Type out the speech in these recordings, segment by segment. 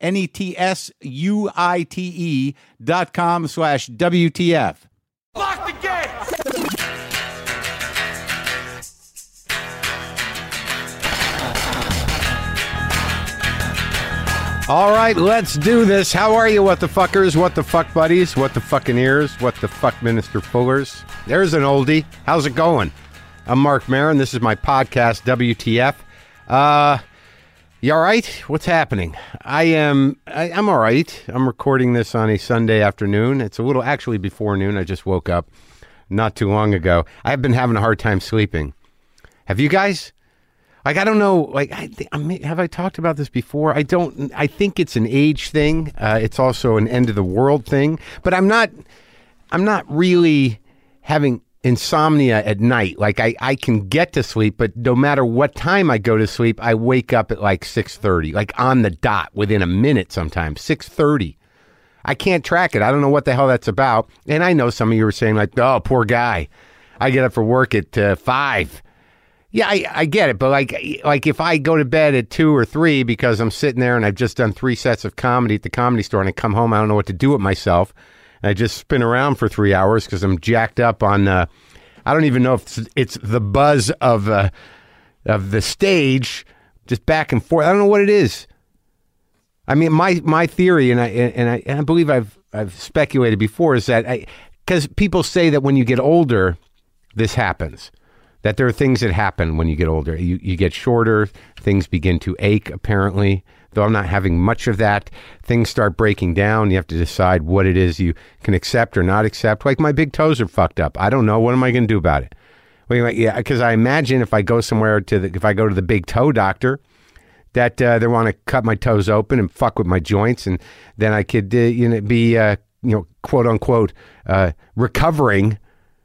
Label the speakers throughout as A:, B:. A: N E T S U I T E dot com slash WTF.
B: Lock the gate!
A: All right, let's do this. How are you, what the fuckers, what the fuck buddies, what the fucking ears, what the fuck minister fullers? There's an oldie. How's it going? I'm Mark Marin. This is my podcast, WTF. Uh, you all right? What's happening? I am. I, I'm all right. I'm recording this on a Sunday afternoon. It's a little actually before noon. I just woke up not too long ago. I've been having a hard time sleeping. Have you guys? Like I don't know. Like I, thi- I may, have I talked about this before? I don't. I think it's an age thing. Uh, it's also an end of the world thing. But I'm not. I'm not really having insomnia at night. Like I, I can get to sleep, but no matter what time I go to sleep, I wake up at like six thirty, like on the dot, within a minute sometimes. Six thirty. I can't track it. I don't know what the hell that's about. And I know some of you were saying like, "Oh, poor guy." I get up for work at uh, five. Yeah, I, I get it, but like like if I go to bed at two or three because I'm sitting there and I've just done three sets of comedy at the comedy store and I come home, I don't know what to do with myself. And I just spin around for three hours because I'm jacked up on. Uh, I don't even know if it's, it's the buzz of uh, of the stage, just back and forth. I don't know what it is. I mean, my my theory, and I and I, and I believe I've I've speculated before, is that because people say that when you get older, this happens. That there are things that happen when you get older. You you get shorter. Things begin to ache. Apparently, though, I'm not having much of that. Things start breaking down. You have to decide what it is you can accept or not accept. Like my big toes are fucked up. I don't know. What am I going to do about it? Well, you're like, yeah, because I imagine if I go somewhere to the if I go to the big toe doctor, that uh, they want to cut my toes open and fuck with my joints, and then I could uh, you know be uh, you know quote unquote uh, recovering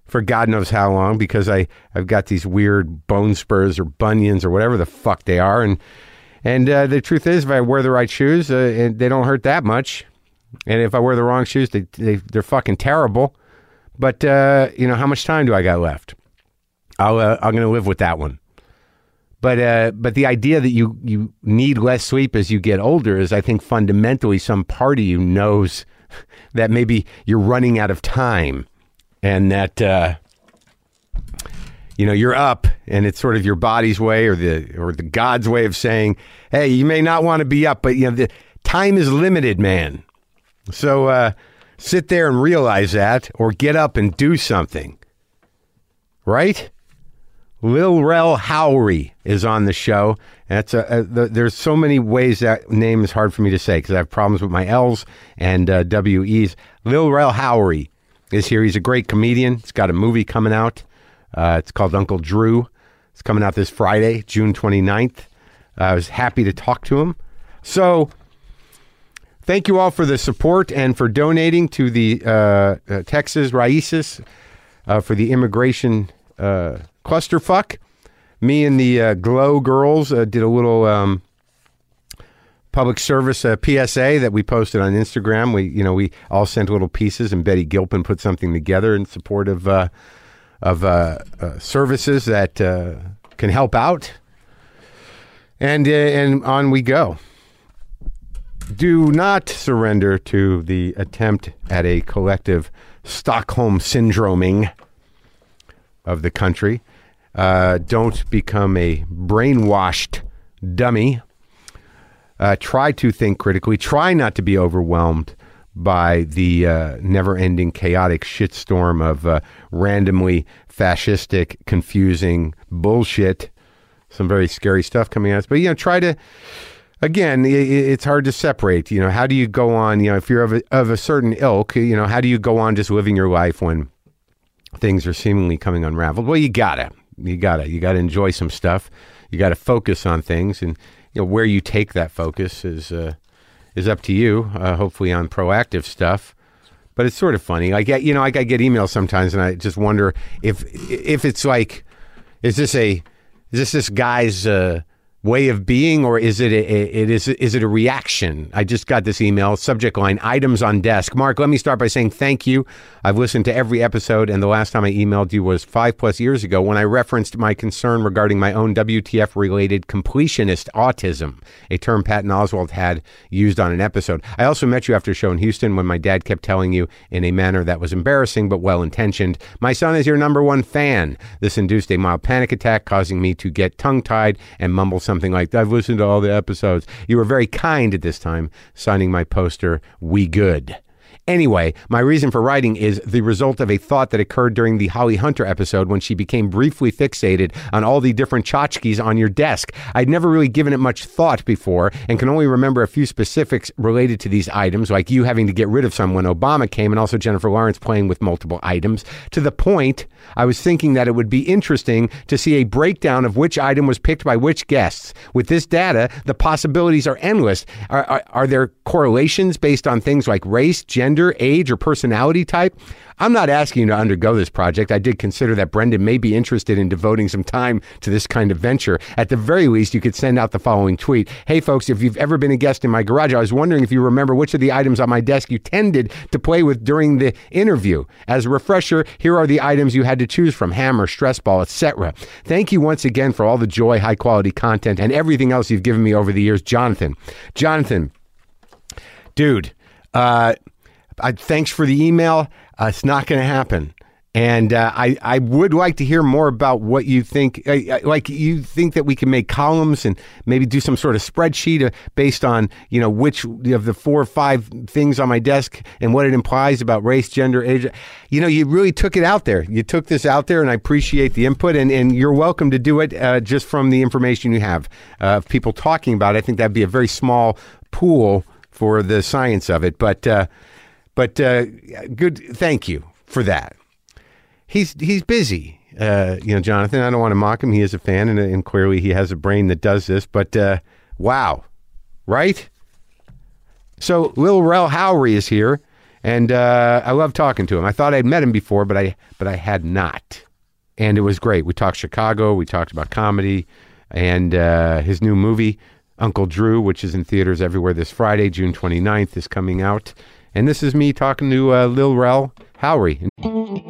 A: for God knows how long because I I've got these weird bone spurs or bunions or whatever the fuck they are, and and uh, the truth is if I wear the right shoes, uh, and they don't hurt that much, and if I wear the wrong shoes, they, they they're fucking terrible. But uh, you know how much time do I got left? I'll uh, I'm gonna live with that one. But uh, but the idea that you you need less sleep as you get older is, I think, fundamentally, some part of you knows that maybe you're running out of time, and that uh, you know you're up, and it's sort of your body's way or the or the God's way of saying, hey, you may not want to be up, but you know the time is limited, man. So uh, sit there and realize that, or get up and do something, right? Lil Rel Howery is on the show. And That's a, a the, there's so many ways that name is hard for me to say because I have problems with my L's and uh, W's. Lil Rel Howery is here. He's a great comedian. It's got a movie coming out. Uh, it's called Uncle Drew. It's coming out this Friday, June 29th. Uh, I was happy to talk to him. So thank you all for the support and for donating to the uh, uh, Texas Raices uh, for the immigration uh, clusterfuck. Me and the uh, Glow Girls uh, did a little um, public service uh, PSA that we posted on Instagram. We, you know, we all sent little pieces, and Betty Gilpin put something together in support of uh, of uh, uh, services that uh, can help out. And uh, and on we go. Do not surrender to the attempt at a collective Stockholm syndroming of the country. Uh, don't become a brainwashed dummy. Uh, try to think critically. Try not to be overwhelmed by the uh, never ending chaotic shitstorm of uh, randomly fascistic, confusing bullshit. Some very scary stuff coming at us. But, you know, try to, again, i i it's hard to separate. You know, how do you go on, you know, if you're of a, of a certain ilk, you know, how do you go on just living your life when things are seemingly coming unraveled. Well, you gotta, you gotta, you gotta enjoy some stuff. You gotta focus on things, and you know where you take that focus is uh, is up to you. Uh, hopefully, on proactive stuff. But it's sort of funny. Like I- you know, like I get emails sometimes, and I just wonder if if it's like, is this a is this this guy's uh, way of being, or is it a, a, it is is it a reaction? I just got this email. Subject line: Items on desk. Mark, let me start by saying thank you. I've listened to every episode, and the last time I emailed you was five plus years ago when I referenced my concern regarding my own WTF related completionist autism, a term Patton Oswald had used on an episode. I also met you after a show in Houston when my dad kept telling you in a manner that was embarrassing but well intentioned, My son is your number one fan. This induced a mild panic attack, causing me to get tongue tied and mumble something like, I've listened to all the episodes. You were very kind at this time, signing my poster, We Good. Anyway, my reason for writing is the result of a thought that occurred during the Holly Hunter episode when she became briefly fixated on all the different tchotchkes on your desk. I'd never really given it much thought before and can only remember a few specifics related to these items, like you having to get rid of some when Obama came and also Jennifer Lawrence playing with multiple items. To the point, I was thinking that it would be interesting to see a breakdown of which item was picked by which guests. With this data, the possibilities are endless. Are, are, are there correlations based on things like race, gender, age, or personality type? I'm not asking you to undergo this project. I did consider that Brendan may be interested in devoting some time to this kind of venture. At the very least, you could send out the following tweet Hey, folks, if you've ever been a guest in my garage, I was wondering if you remember which of the items on my desk you tended to play with during the interview. As a refresher, here are the items you had to choose from hammer, stress ball, etc. Thank you once again for all the joy, high quality content, and everything else you've given me over the years, Jonathan. Jonathan, dude, uh, I, thanks for the email. Uh, it's not going to happen. And uh, I, I would like to hear more about what you think. Uh, uh, like, you think that we can make columns and maybe do some sort of spreadsheet uh, based on, you know, which of the four or five things on my desk and what it implies about race, gender, age. You know, you really took it out there. You took this out there, and I appreciate the input. And, and you're welcome to do it uh, just from the information you have uh, of people talking about it. I think that'd be a very small pool for the science of it. But, uh, but uh, good, thank you for that. He's he's busy, uh, you know, Jonathan. I don't want to mock him. He is a fan, and, uh, and clearly he has a brain that does this. But uh, wow, right? So Lil Rel Howery is here, and uh, I love talking to him. I thought I'd met him before, but I but I had not, and it was great. We talked Chicago. We talked about comedy, and uh, his new movie Uncle Drew, which is in theaters everywhere this Friday, June 29th, is coming out. And this is me talking to uh, Lil Rel Howery.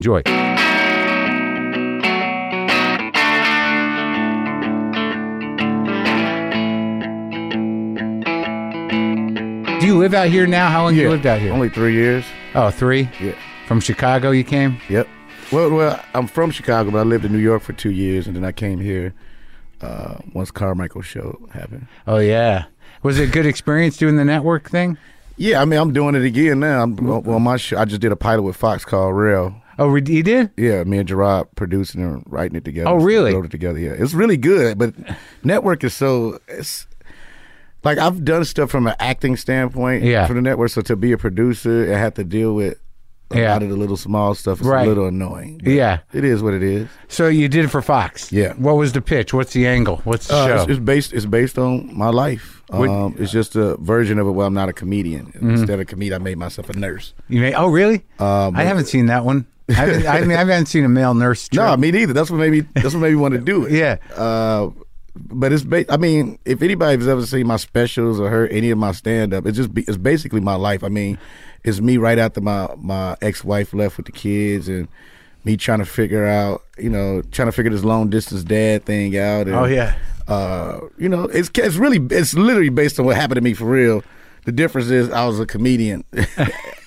A: Enjoy.
C: Do you live out here now? How long you lived out here?
D: Only three years.
C: oh, three.
D: Yeah.
C: From Chicago, you came.
D: Yep. Well, well, I'm from Chicago, but I lived in New York for two years, and then I came here uh, once Carmichael show happened.
C: Oh yeah. Was it a good experience doing the network thing?
D: Yeah, I mean, I'm doing it again now. I'm well, my show. I just did a pilot with Fox called Real.
C: Oh, re- you did?
D: Yeah, me and Gerard producing and writing it together.
C: Oh, really?
D: Wrote it together. Yeah, it's really good. But network is so it's Like I've done stuff from an acting standpoint
A: Yeah.
D: for the network. So to be a producer and have to deal with a
A: Yeah.
D: lot of the little small stuff is
A: Right.
D: a little annoying. but
A: Yeah.
D: It is what it is.
A: So you did it for Fox.
D: Yeah.
A: What was the pitch? What's the angle? What's the
D: Uh,
A: show?
D: it's, it's based. It's based on my life.
A: Would-
D: Um, it's just a version of it where I'm not a comedian.
A: Mm-hmm.
D: Instead of comedian, I made myself a nurse.
A: you may, oh, really? I haven't seen that one. I, haven't, I mean, I haven't seen a male nurse.
D: Um, No,
A: trip.
D: me neither. That's what made me. That's what made me want to do it.
A: Yeah.
D: Uh, but it's. Ba- I mean, if anybody's ever seen my specials or heard any of my stand up, it's just. Be- it's basically my life. I mean, it's me right after my my ex wife left with the kids and. Me trying to figure out, you know, trying to figure this long distance dad thing out. And,
A: Oh, yeah.
D: uh, you know, it's it's really it's literally based on what happened to me for real. The difference is I was a comedian,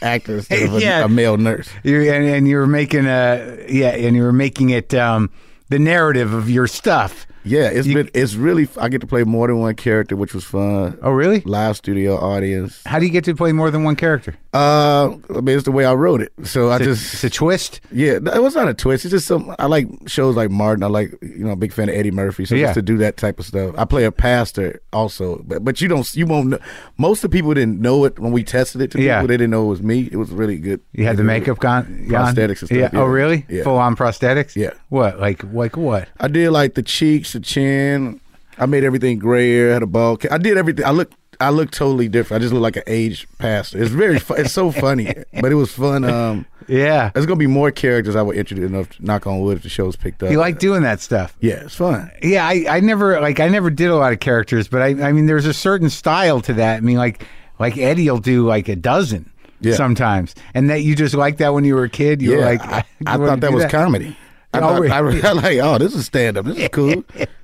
D: actor, instead of a,
A: Yeah.
D: a male nurse.
A: You and, and you were making a yeah, and you were making it um, the narrative of your stuff.
D: Yeah, it's
A: You-
D: been it's really I get to play more than one character, which was fun.
A: Oh, really?
D: Live studio audience.
A: How do you get to play more than one character?
D: Uh, I mean, it's the way I wrote it. So I just
A: it's a twist.
D: yeah, no, it was not a twist. It's just some I like shows like Martin. I like you know, big fan of Eddie Murphy. So
A: Yeah.
D: just to do that type of stuff. I play a pastor also, but but you don't you won't. Know, most of the people didn't know it when we tested it. To
A: Yeah.
D: people, they didn't know it was me. It was really good.
A: You had the makeup on, on?
D: prosthetics and stuff.
A: Yeah. Oh,
D: yeah.
A: really?
D: Yeah.
A: Full on prosthetics.
D: Yeah.
A: What? Like like what?
D: I did like the cheeks, the chin. I made everything grayer. Had a bald. ca- I did everything. I looked. I looked totally different. I just looked like an aged pastor. It's very. Fu- it's so funny, but it was fun. Um,
A: Yeah.
D: there's gonna be more characters I would introduce. Enough. to Knock on wood. If the show's picked up.
A: You like doing that stuff.
D: Yeah, it's fun.
A: Yeah, I, I never like I never did a lot of characters, but I I mean there's a certain style to that. I mean like like Eddie'll do like a dozen
D: Yeah.
A: sometimes, and that you just liked that when you were a kid. You
D: yeah,
A: were like
D: I, I
A: wanna
D: thought that
A: do
D: was comedy. I,
A: Oh,
D: thought, I,
A: really?
D: I like, oh, this is stand up. This is cool.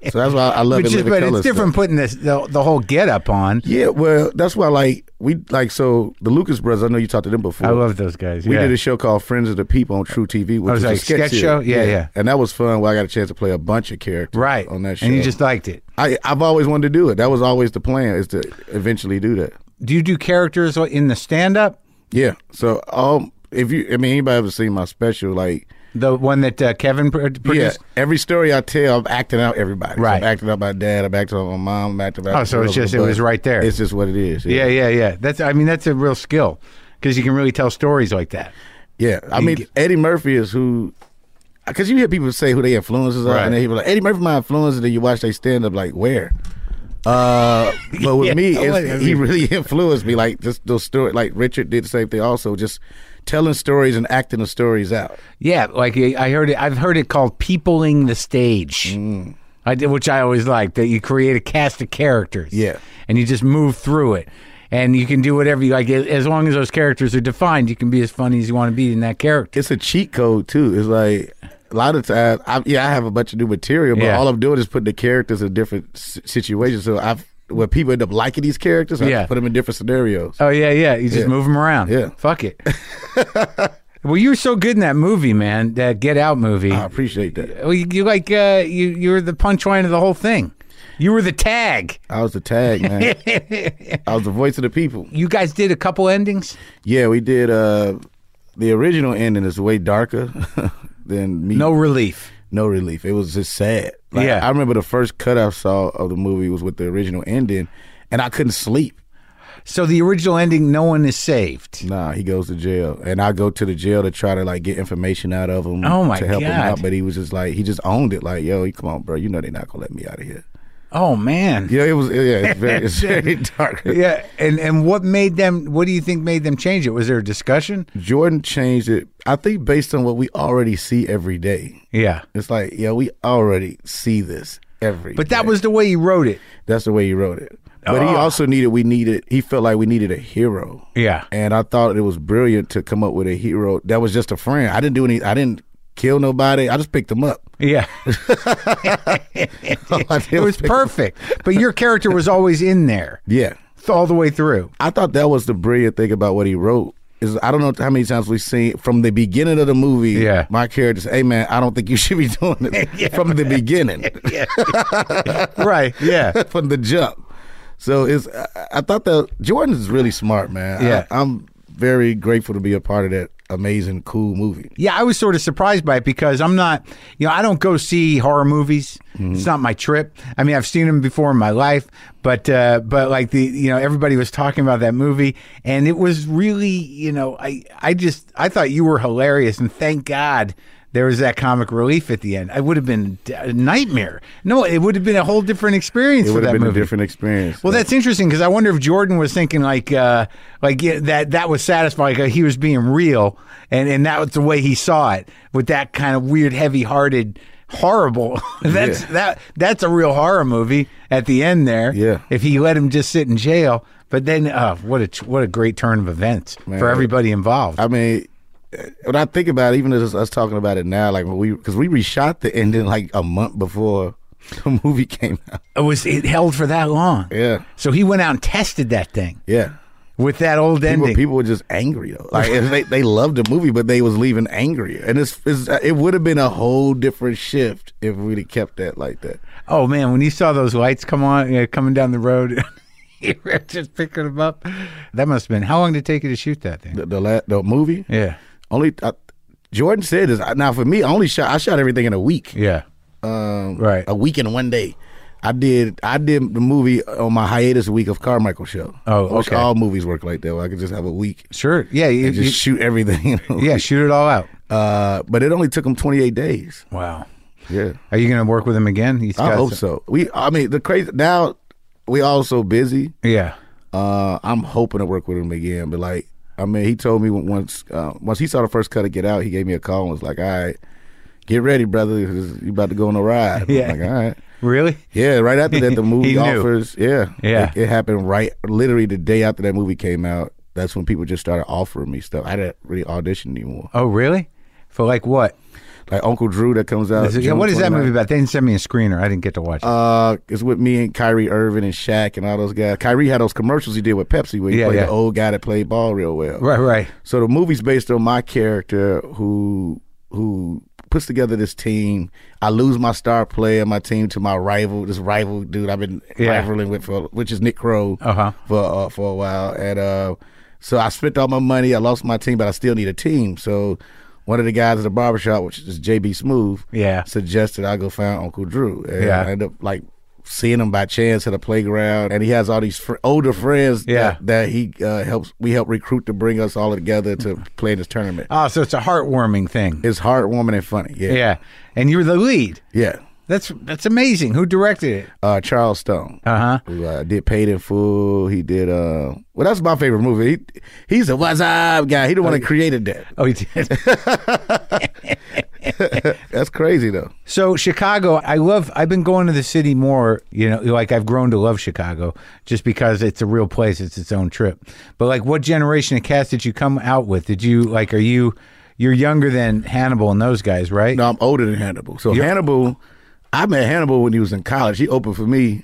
D: so that's why I love
A: Which
D: it.
A: is,
D: Living
A: but
D: Color
A: it's
D: stuff.
A: different putting this the, the whole get up on.
D: Yeah, well, that's why like we like so the Lucas brothers. I know you talked to them before.
A: I love those guys.
D: We
A: yeah.
D: did a show called Friends of the People on True TV, which
A: was
D: was
A: like,
D: a sketch,
A: sketch show? Yeah, yeah.
D: And that was fun. Where I got a chance to play a bunch of characters,
A: right
D: on that show.
A: and you just liked it.
D: I, I've always wanted to do it. That was always the plan, is to eventually do that.
A: Do you do characters in the stand up?
D: Yeah. So, um, if you, I mean, anybody ever seen my special? Like,
A: The one that uh, Kevin pr- produced.
D: yeah, every story I tell, I'm acting out everybody. So
A: Right.
D: I'm acting out my dad. I'm acting out my mom. I'm acting out.
A: Oh, so it's just- it
D: but
A: was right there.
D: It's just what it is.
A: Yeah. yeah, yeah, That's I mean that's a real skill because you can really tell stories like that.
D: Yeah, I mean Eddie Murphy is who, because you hear people say who they influences are,
A: Right.
D: and they people like Eddie Murphy my influences. Then you watch they stand up like where. Uh, but with
A: Yeah,
D: me,
A: I
D: it's, he really influenced me. Like just those story, like Richard did the same thing. Also, just telling stories and acting the stories out.
A: Yeah, like I I heard it. I've heard it called peopling the stage.
D: Mm.
A: I did, which I always like that you create a cast of characters.
D: Yeah.
A: and you just move through it, and you can do whatever you like as long as those characters are defined. You can be as funny as you want to be in that character.
D: It's a cheat code too. It's like a lot of times. I, yeah, I have a bunch of new material, but
A: Yeah.
D: all I'm doing is putting the characters in different s- situations. So I've when people end up liking these characters, I
A: Yeah.
D: put them in different scenarios.
A: Oh yeah, yeah. You just
D: Yeah.
A: move them around.
D: Yeah.
A: Fuck it. well, you were so good in that movie, man. That Get Out movie.
D: I appreciate that.
A: well, you, you like uh, you you were the punchline of the whole thing. You were the tag.
D: I was the tag man. I was the voice of the people.
A: You guys did a couple endings.
D: Yeah, we did. uh The original ending is way darker than me.
A: No relief.
D: no relief. It was just sad. Like,
A: Yeah.
D: I remember the first cut I saw of the movie was with the original ending, and I couldn't sleep.
A: So the original ending, no one is saved.
D: Nah, he goes to jail, and I go to the jail to try to like get information out of him.
A: Oh, my
D: to help him
A: God.
D: out, but he was just like he just owned it. Like, yo, come on, bro, you know they're not gonna let me out of here.
A: Oh man.
D: Yeah, it was. Yeah, it's very, it's very dark.
A: Yeah, and and what made them? What do you think made them change it? Was there a discussion?
D: Jordan changed it. I think based on what we already see every day.
A: Yeah,
D: It's like, yeah, we already see this every.
A: but that
D: day.
A: was the way you wrote it.
D: that's the way he wrote it. But he
A: Ah.
D: also needed. We needed. He felt like we needed a hero.
A: Yeah,
D: And I thought it was brilliant to come up with a hero that was just a friend. I didn't do any. I didn't kill nobody. I just picked him up.
A: yeah.
D: All Oh, I did
A: It was
D: pick 'em-
A: perfect, but your character was always in there
D: Yeah,
A: th- all the way through.
D: I thought that was the brilliant thing about what he wrote. Is I don't know how many times we've seen from the beginning of the movie.
A: Yeah.
D: my character said, "Hey man, I don't think you should be doing this from the beginning."
A: Right. Yeah.
D: from the jump. So it's I, I thought that Jordan is really smart, man.
A: Yeah.
D: I, am very grateful to be a part of that amazing, cool movie.
A: Yeah, I was sort of surprised by it because I'm not, you know, I don't go see horror movies.
D: Mm-hmm.
A: It's not my trip. I mean, I've seen them before in my life, but uh, but like the, you know, everybody was talking about that movie, and it was really, you know, I I just I thought you were hilarious, and thank God there was that comic relief at the end. I would have been a nightmare. No, it would have been a whole different experience
D: It
A: for
D: would
A: that
D: have been
A: movie.
D: a different experience.
A: Well, that's interesting because I wonder if Jordan was thinking like, uh, like yeah, that that was satisfying. Like, uh, he was being real, and and that was the way he saw it with that kind of weird, heavy-hearted, horrible. that's
D: Yeah.
A: that that's a real horror movie at the end there.
D: Yeah.
A: if he let him just sit in jail, but then uh, what a tr- what a great turn of events for everybody involved.
D: I mean, uh, when I think about it, even as us talking about it now, like when we because we reshot the ending like a month before the movie came out.
A: it was it held for that long.
D: Yeah.
A: so he went out and tested that thing
D: Yeah.
A: with that old
D: People,
A: ending.
D: people were just angry though. Like and they, they loved the movie, but they was leaving angry, and it's, it's it would have been a whole different shift if we'd have kept that like that.
A: Oh man, when you saw those lights come on uh, coming down the road, you were just picking them up. That must have been how long did it take you to shoot that thing?
D: The the, la- the movie
A: Yeah,
D: only I, Jordan said is now for me. I only shot I shot everything in a week.
A: yeah,
D: um,
A: Right.
D: a week and one day. I did I did the movie on my hiatus week of Carmichael show.
A: Oh,
D: I wish
A: okay.
D: all movies work like that. Where I could just have a week
A: sure. Yeah, you,
D: and just
A: you-
D: shoot everything. you know?
A: yeah, shoot it all out.
D: Uh, but it only took them 28 days.
A: Wow.
D: Yeah.
A: Are you going to work with him again? He's
D: I
A: got
D: hope
A: some-
D: so. We I mean the crazy now we all so busy.
A: Yeah.
D: Uh, I'm hoping to work with him again, but like, I mean, he told me when- once uh, once he saw the first cut of Get Out, he gave me a call and was like, "All right, get ready, brother, 'cause you about to go on a ride."
A: Yeah.
D: I'm like, all right.
A: Really?
D: Yeah, right after that, the
A: He
D: movie
A: knew.
D: offers. Yeah,
A: Yeah.
D: It, it happened right, literally the day after that movie came out. That's when people just started offering me stuff. I didn't really audition anymore.
A: Oh, really? For like what?
D: Like Uncle Drew that comes out.
A: Is it- yeah,
D: Uh, June
A: what is that
D: 29th.
A: movie about? They didn't send me a screener. I didn't get to watch it.
D: Uh, it's with me and Kyrie Irving and Shaq and all those guys. Kyrie had those commercials he did with Pepsi where he
A: Yeah,
D: played
A: yeah.
D: the old guy that played ball real well.
A: right, right.
D: So the movie's based on my character who who puts together this team. I lose my star player, my team to my rival, this rival dude I've been
A: Yeah.
D: rivaling with for, which is Nick Crow
A: Uh-huh.
D: for uh, for a while. And uh, so I spent all my money. I lost my team, but I still need a team. So one of the guys at the barbershop, which is JB Smooth,
A: Yeah.
D: suggested I go find Uncle Drew. And
A: Yeah.
D: I end up like seeing him by chance at a playground, and he has all these fr- older friends
A: Yeah.
D: that, that he uh, helps we help recruit to bring us all together to play in this tournament.
A: Oh, so it's a heartwarming thing.
D: It's heartwarming and funny. Yeah.
A: yeah. And you were the lead.
D: Yeah.
A: That's that's amazing. Who directed it?
D: Uh, Charles Stone.
A: Uh-huh.
D: Who uh, did Paid in Full. He did uh well that's my favorite movie. He, he's a what's up guy. He the one that created that.
A: Oh, he did.
D: That's crazy though.
A: So Chicago, I love. I've been going to the city more. You know, like I've grown to love Chicago just because it's a real place. It's its own trip. But like, what generation of cast did you come out with? Did you like? Are you? You're younger than Hannibal and those guys, right?
D: No, I'm older than Hannibal. So Hannibal I met Hannibal when he was in college. He opened for me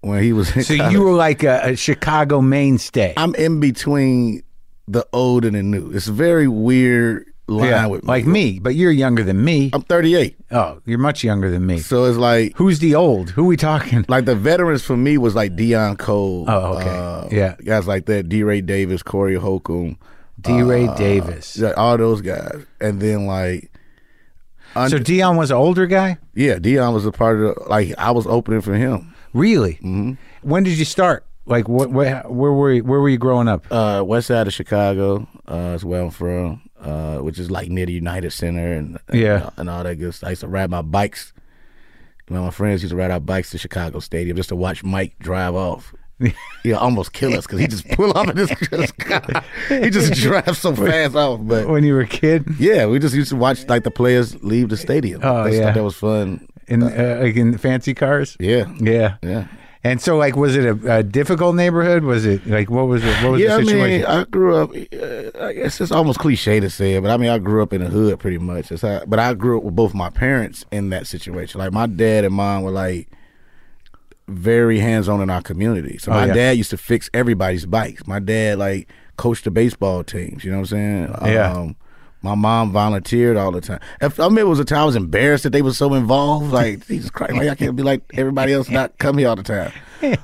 D: when he was in
A: So
D: college.
A: you were like a, a Chicago mainstay.
D: I'm in between the old and the new. It's a very weird line
A: Yeah,
D: with me.
A: like me, but you're younger than me.
D: I'm 38.
A: oh, you're much younger than me.
D: So it's like
A: Who's the old? Who we talking?
D: like the veterans for me was like Dion Cole. uh,
A: Oh, okay. Yeah.
D: Guys like that, D. Ray Davis, Corey Holcomb,
A: D. Ray
D: Uh,
A: Davis.
D: yeah, all those guys. And then like
A: so Dion was an older guy.
D: yeah, Dion was a part of the, like I was opening for him.
A: Really? Mm-hmm. When did you start? Like, what? Where, where were you, where were you growing up?
D: Uh, west side of Chicago uh, is where I'm from, uh, which is like near the United Center and, and
A: Yeah.
D: and all that good stuff. I used to ride my bikes. You know, my friends used to ride our bikes to Chicago Stadium just to watch Mike drive off. He'll almost kill us because he just pull off in his, his car. He just drives so fast off. But
A: when you were a kid
D: yeah, we just used to watch like the players leave the stadium.
A: Oh,
D: I just
A: yeah.
D: thought that was fun.
A: in uh, like in fancy cars.
D: Yeah,
A: Yeah.
D: yeah.
A: And so, like, was it a, a difficult neighborhood? Was it like what was it? What was
D: Yeah, I
A: the
D: mean,
A: situation?
D: I grew up. Uh, I guess it's almost cliche to say it, but I mean, I grew up in the hood pretty much. That's how, but I grew up with both my parents in that situation. Like my dad and mom were like very hands on in our community. So my
A: Oh, yeah.
D: dad used to fix everybody's bikes. My dad like coached the baseball teams. You know what I'm saying?
A: Yeah.
D: Um, My mom volunteered all the time. If, I remember it was a time I was embarrassed that they were so involved. Like Jesus Christ, why y'all can't be like everybody else? Not come here all the time.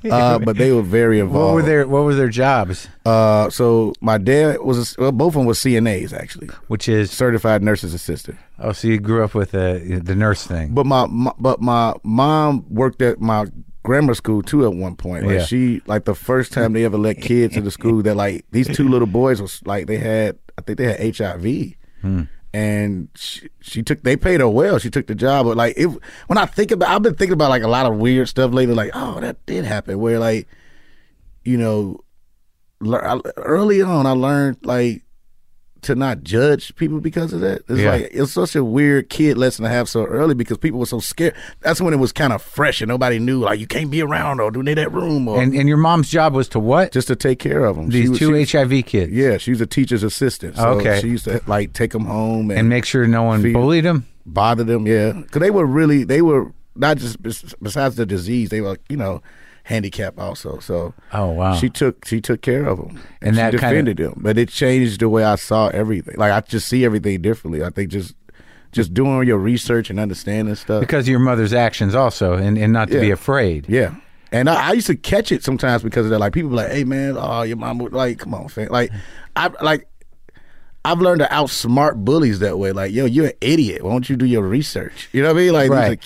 D: Uh, but they were very involved.
A: What were their What were their jobs?
D: Uh, so my dad was well, both of them were CNAs actually,
A: Which is
D: certified nurses assistant.
A: oh, so you grew up with uh, the the nurse thing.
D: But my, my but my mom worked at my grammar school too at one point. Like
A: Yeah.
D: she like the first time they ever let kids into school that like these two little boys was like they had I think they had HIV.
A: Hmm.
D: And she, she took they paid her well. She took the job, but like it, when I think about, I've been thinking about like a lot of weird stuff lately. Like, oh, that did happen. Where like, you know, lear- I- early on, I learned like to not judge people because of that. It's
A: Yeah.
D: like it's such a weird kid lesson to have so early because people were so scared. That's when it was kind of fresh and nobody knew like you can't be around or do near that room or
A: And and your mom's job was to what?
D: just to take care of them.
A: These two HIV kids.
D: yeah, she was a teacher's assistant. So
A: Okay.
D: she used to like take them home and,
A: And make sure no one
D: Feed-
A: bullied them.
D: bother them. Yeah, because they were really they were not just bes- besides the disease they were you know handicapped also. So
A: Oh, wow.
D: she took she took care of them
A: And that
D: she
A: kinda-
D: defended them. But it changed the way I saw everything. Like I just see everything differently. I think just just doing your research and understanding stuff.
A: Because of your mother's actions also, and, and not to be
D: Yeah.
A: afraid.
D: Yeah. And I, I used to catch it sometimes because of that. Like people be like, hey man, oh your mom would like, come on, fam. Like I like I've learned to outsmart bullies that way. Like, yo, you're an idiot. Why don't you do your research? You know what I mean? Like
A: Right.
D: these are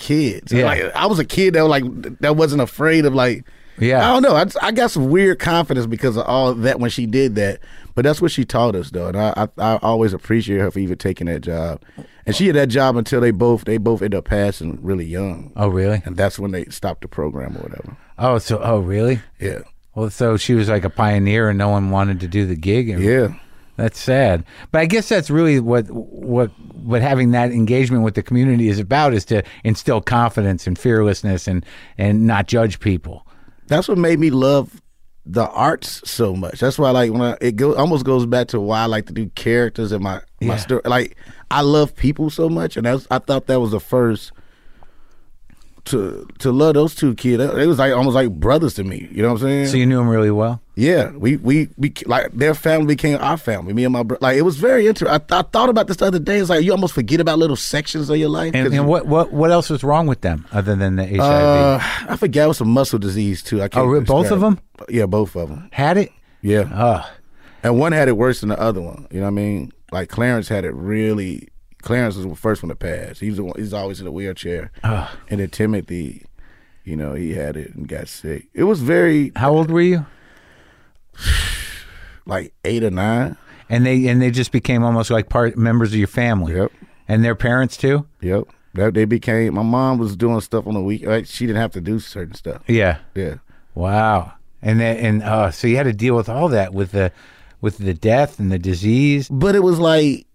D: kids.
A: Yeah.
D: Like I was a kid that was like that wasn't afraid of like
A: Yeah.
D: I don't know. I, just- I got some weird confidence because of all that when she did that. But that's what she taught us though. And I, I, I always appreciate her for even taking that job. And she had that job until they both they both end up passing really young.
A: Oh, really?
D: And that's when they stopped the program or whatever.
A: Oh, so oh, really?
D: Yeah.
A: Well, so she was like a pioneer, and no one wanted to do the gig. And
D: Yeah.
A: that's sad. But I guess that's really what what what having that engagement with the community is about is to instill confidence and fearlessness and and not judge people.
D: That's what made me love the arts so much. That's why like when I it go, almost goes back to why I like to do characters in my my story. Like I love people so much and that's I thought that was the first to to love those two kids. It was like almost like brothers to me. You know what I'm saying?
A: So you knew him really well.
D: Yeah, we we bec like their family became our family. Me and my brother, like it was very interesting. I, I thought about this the other day. It's like you almost forget about little sections of your life.
A: And,
D: 'cause
A: and what what what else was wrong with them other than the HIV?
D: Uh, I forget. It was some muscle disease too. I can't.
A: Oh, really? Both
D: describe
A: of them? Ah.
D: it. Yeah, both of them.
A: Had it?
D: Yeah,
A: Ugh.
D: and one had it worse than the other one. You know what I mean? Like Clarence had it really. Clarence was the first one to pass. He's the one, he's always in a wheelchair.
A: Ah.
D: And then Timothy, you know, he had it and got sick. It was very
A: How old were you?
D: like eight or nine.
A: And they and they just became almost like part members of your family.
D: Yep.
A: And their parents too.
D: Yep. That they became. My mom was doing stuff on the week. Like she didn't have to do certain stuff.
A: Yeah.
D: Yeah.
A: Wow. And that and uh, so you had to deal with all that with the with the death and the disease.
D: but it was like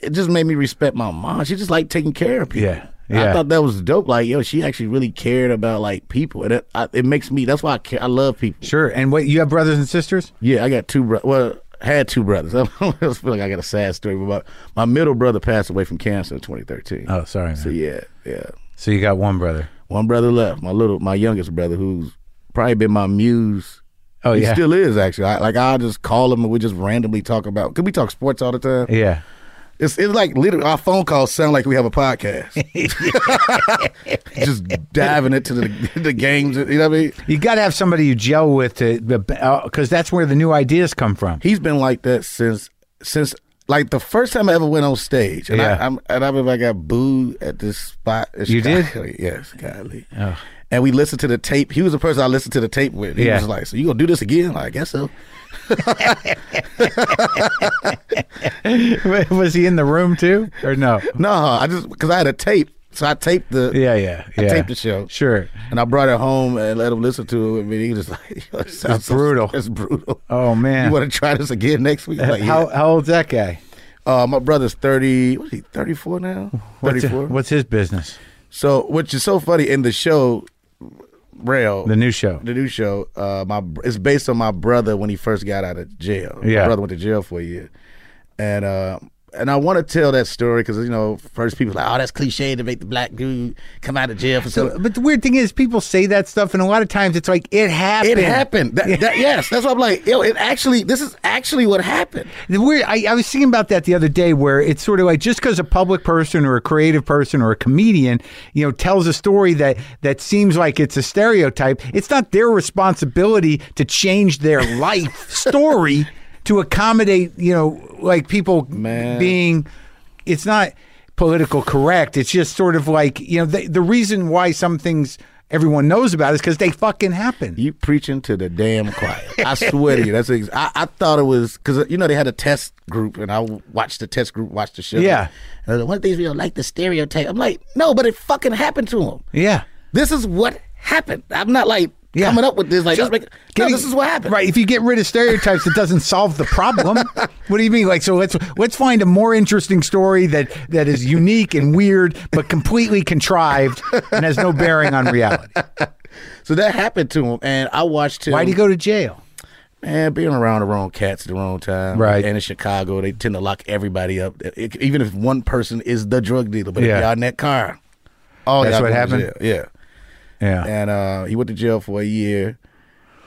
D: it just made me respect my mom. She just like taking care of people.
A: Yeah, yeah.
D: I thought that was dope. Like, yo, she actually really cared about like people, and it, I, it makes me. That's why I care. I love people.
A: Sure. And what you have brothers and sisters?
D: Yeah, I got two brothers. Well, had two brothers. I almost feel like I got a sad story about my middle brother passed away from cancer in 2013.
A: Oh, sorry. Man.
D: So yeah, yeah.
A: So you got one brother.
D: One brother left. My little, my youngest brother, who's probably been my muse.
A: Oh,
D: he
A: yeah.
D: still is actually. I, like I just call him and we just randomly talk about. Could we talk sports all the time?
A: Yeah.
D: It's, it's like literally our phone calls sound like we have a podcast. Just diving into the, the games, you know what I mean?
A: You got to have somebody you gel with to because that's where the new ideas come from.
D: He's been like that since since like the first time I ever went on stage, and
A: Yeah.
D: I I'm, and I remember I got booed at this spot. in
A: You did? Oh.
D: Chicago. yes, golly. And we listened to the tape. He was the person I listened to the tape with. He
A: Yeah.
D: was like, "So you gonna do this again?" Like, I guess so.
A: Was he in the room too, or no?
D: No, I just because I had a tape, so I taped the
A: Yeah, yeah,
D: I
A: yeah.
D: taped the show.
A: Sure.
D: And I brought it home and let him listen to it. And he was just like, Yo, it sounds
A: It's brutal.
D: it's brutal.
A: Oh, man.
D: You want to try this again next week? Like,
A: How
D: yeah.
A: how old's that guy?
D: Uh, my brother's 30, what's he, 34 now?
A: What's,
D: 34.
A: what's his business?
D: So, which is so funny in the show, Rail,
A: The new show.
D: the new show, uh, my it's based on my brother when he first got out of jail.
A: Yeah.
D: My brother went to jail for a year. And uh, and I want to tell that story because you know, first people like, oh, that's cliche to make the black dude come out of jail for
A: So,
D: so.
A: but the weird thing is, people say that stuff, and a lot of times it's like it happened.
D: It happened. That, that, yes, that's why I'm like, yo, it actually, this is actually what happened.
A: The weird. I, I was thinking about that the other day, where it's sort of like just because a public person or a creative person or a comedian, you know, tells a story that that seems like it's a stereotype, it's not their responsibility to change their life story to accommodate, you know, like people
D: Man.
A: being. It's not political correct. It's just sort of like you know the, the reason why some things everyone knows about is because they fucking happen.
D: You preaching to the damn choir. I swear to you, that's ex- I, I thought it was because you know they had a test group, and I watched the test group watch the show.
A: Yeah.
D: and I was like, one of these we don't like the stereotype. I'm like, no, but it fucking happened to him.
A: Yeah.
D: This is what happened. I'm not like
A: Yeah.
D: coming up with this. Like,
A: So,
D: let's make,
A: getting-
D: no, this is what happened.
A: Right. If you get rid of stereotypes, it doesn't solve the problem. what do you mean? Like, so let's let's find a more interesting story that that is unique and weird, but completely contrived and has no bearing on reality.
D: So that happened to him, and I watched him.
A: Why'd he go to jail?
D: Man, being around the wrong cats at the wrong time.
A: Right.
D: And in Chicago, they tend to lock everybody up, It- even if one person is the drug dealer. But
A: Yeah.
D: if y'all in that car, oh,
A: That's what happened?
D: Yeah.
A: Yeah.
D: and uh, he went to jail for a year.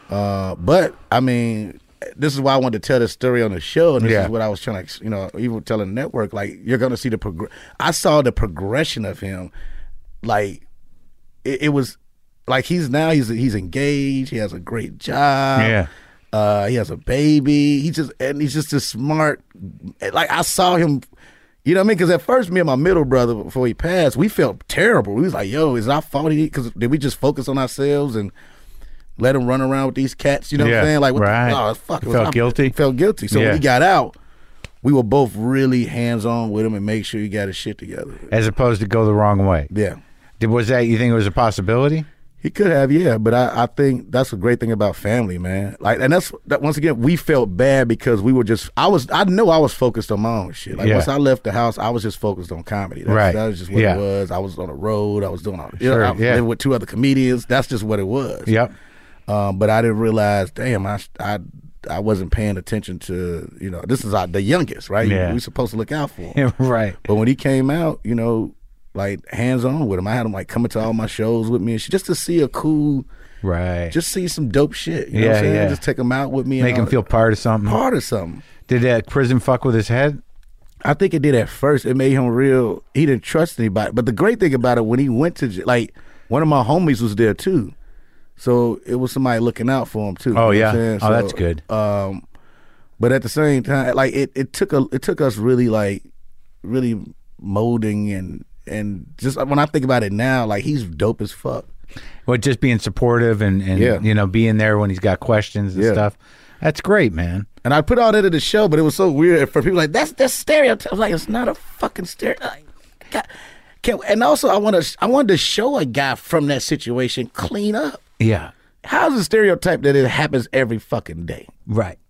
D: Uh, but I mean, this is why I wanted to tell this story on the show, and this
A: Yeah.
D: is what I was trying to, you know, even telling the network. Like, you're gonna see the progress. I saw the progression of him. Like, it, it was like he's now he's he's engaged. He has a great job.
E: Yeah.
D: Uh, he has a baby. He just and he's just a smart. Like I saw him, you know what I mean? Because at first, me and my middle brother, before he passed, we felt terrible. We was like, "Yo, is it our fault?" Because did we just focus on ourselves and let him run around with these cats? You know what
E: Yeah,
D: I'm saying? Like, what
E: right.
D: the, oh fuck, it was
E: Felt
D: our-
E: guilty?
D: Felt guilty. So
E: Yeah.
D: when he got out, we were both really hands on with him and make sure he got his shit together.
A: As opposed to go the wrong way.
D: Yeah.
A: Did, was that you think it was a possibility?
D: He could have, yeah, but I, I think that's a great thing about family, man. Like, and that's that. Once again, we felt bad because we were just. I was. I knew I was focused on my own shit. Like
A: Yeah.
D: once I left the house, I was just focused on comedy. That's,
A: Right.
D: That was just what
A: Yeah.
D: it was. I was on the road. I was doing all. You
A: Sure,
D: know, I was
A: yeah.
D: living with two other comedians. That's just what it was.
A: Yep.
D: Um, but I didn't realize, damn, I, I, I wasn't paying attention to, you know, this is our, the youngest, right?
E: Yeah.
D: We supposed to look out for him.
A: right.
D: But when he came out, you know, like hands on with him, I had him like coming to all my shows with me and shit, just to see a cool,
A: Right.
D: just see some dope shit. You know what
A: Yeah,
D: I'm saying?
A: yeah.
D: Just take him out with me,
A: Make
D: and
A: him
D: all
A: feel part of something.
D: part of something.
A: Did that prison fuck with his head?
D: I think it did at first. It made him real. He didn't trust anybody. But the great thing about it, when he went to j- like one of my homies was there too, so it was somebody looking out for him too.
A: Oh,
D: You know
A: yeah.
D: what I'm saying?
A: Oh, that's good.
D: Um, but at the same time, like it, it took a it took us really like really molding and and just uh, when I think about it now, like he's dope as fuck.
A: Well, just being supportive and, and
D: Yeah.
A: you know, being there when he's got questions and
D: Yeah.
A: stuff. That's great, man.
D: And I put all that in the show, but it was so weird for people like that's that's stereotype. I'm Like it's not a fucking stereotype. God, can, and also, I want to I wanted to show a guy from that situation clean up.
A: Yeah.
D: How's a stereotype that it happens every fucking day?
A: Right.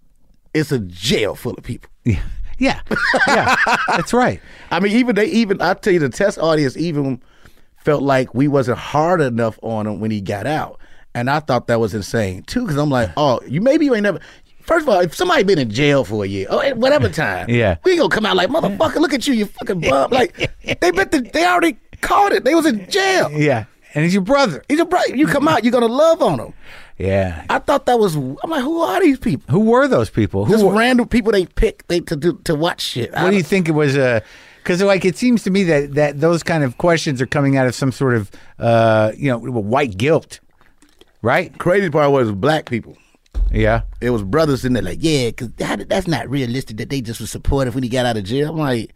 D: It's a jail full of people.
A: Yeah. Yeah. Yeah. That's right.
D: I mean, even they even I tell you the test audience even felt like we wasn't hard enough on him when he got out, and I thought that was insane too. Because I'm like, oh, you maybe you ain't never. First of all, if somebody been in jail for a year or at whatever time,
A: Yeah.
D: we gonna come out like motherfucker. Look at you, you fucking bum. Like they bet the, they already caught it. They was in jail.
A: Yeah. And he's your brother.
D: He's a bro. You come out, you're gonna love on them.
A: Yeah.
D: I thought that was. I'm like, who are these people?
A: Who were those people? Who
D: Just
A: were,
D: random people they pick they to do to watch shit. I
A: what do you
D: don't-
A: think it was? Because like it seems to me that that those kind of questions are coming out of some sort of uh, you know white guilt, right?
D: Crazy part was black people.
A: Yeah.
D: it was brothers in there like, yeah, because that's not realistic that they just was supportive when he got out of jail. I'm like,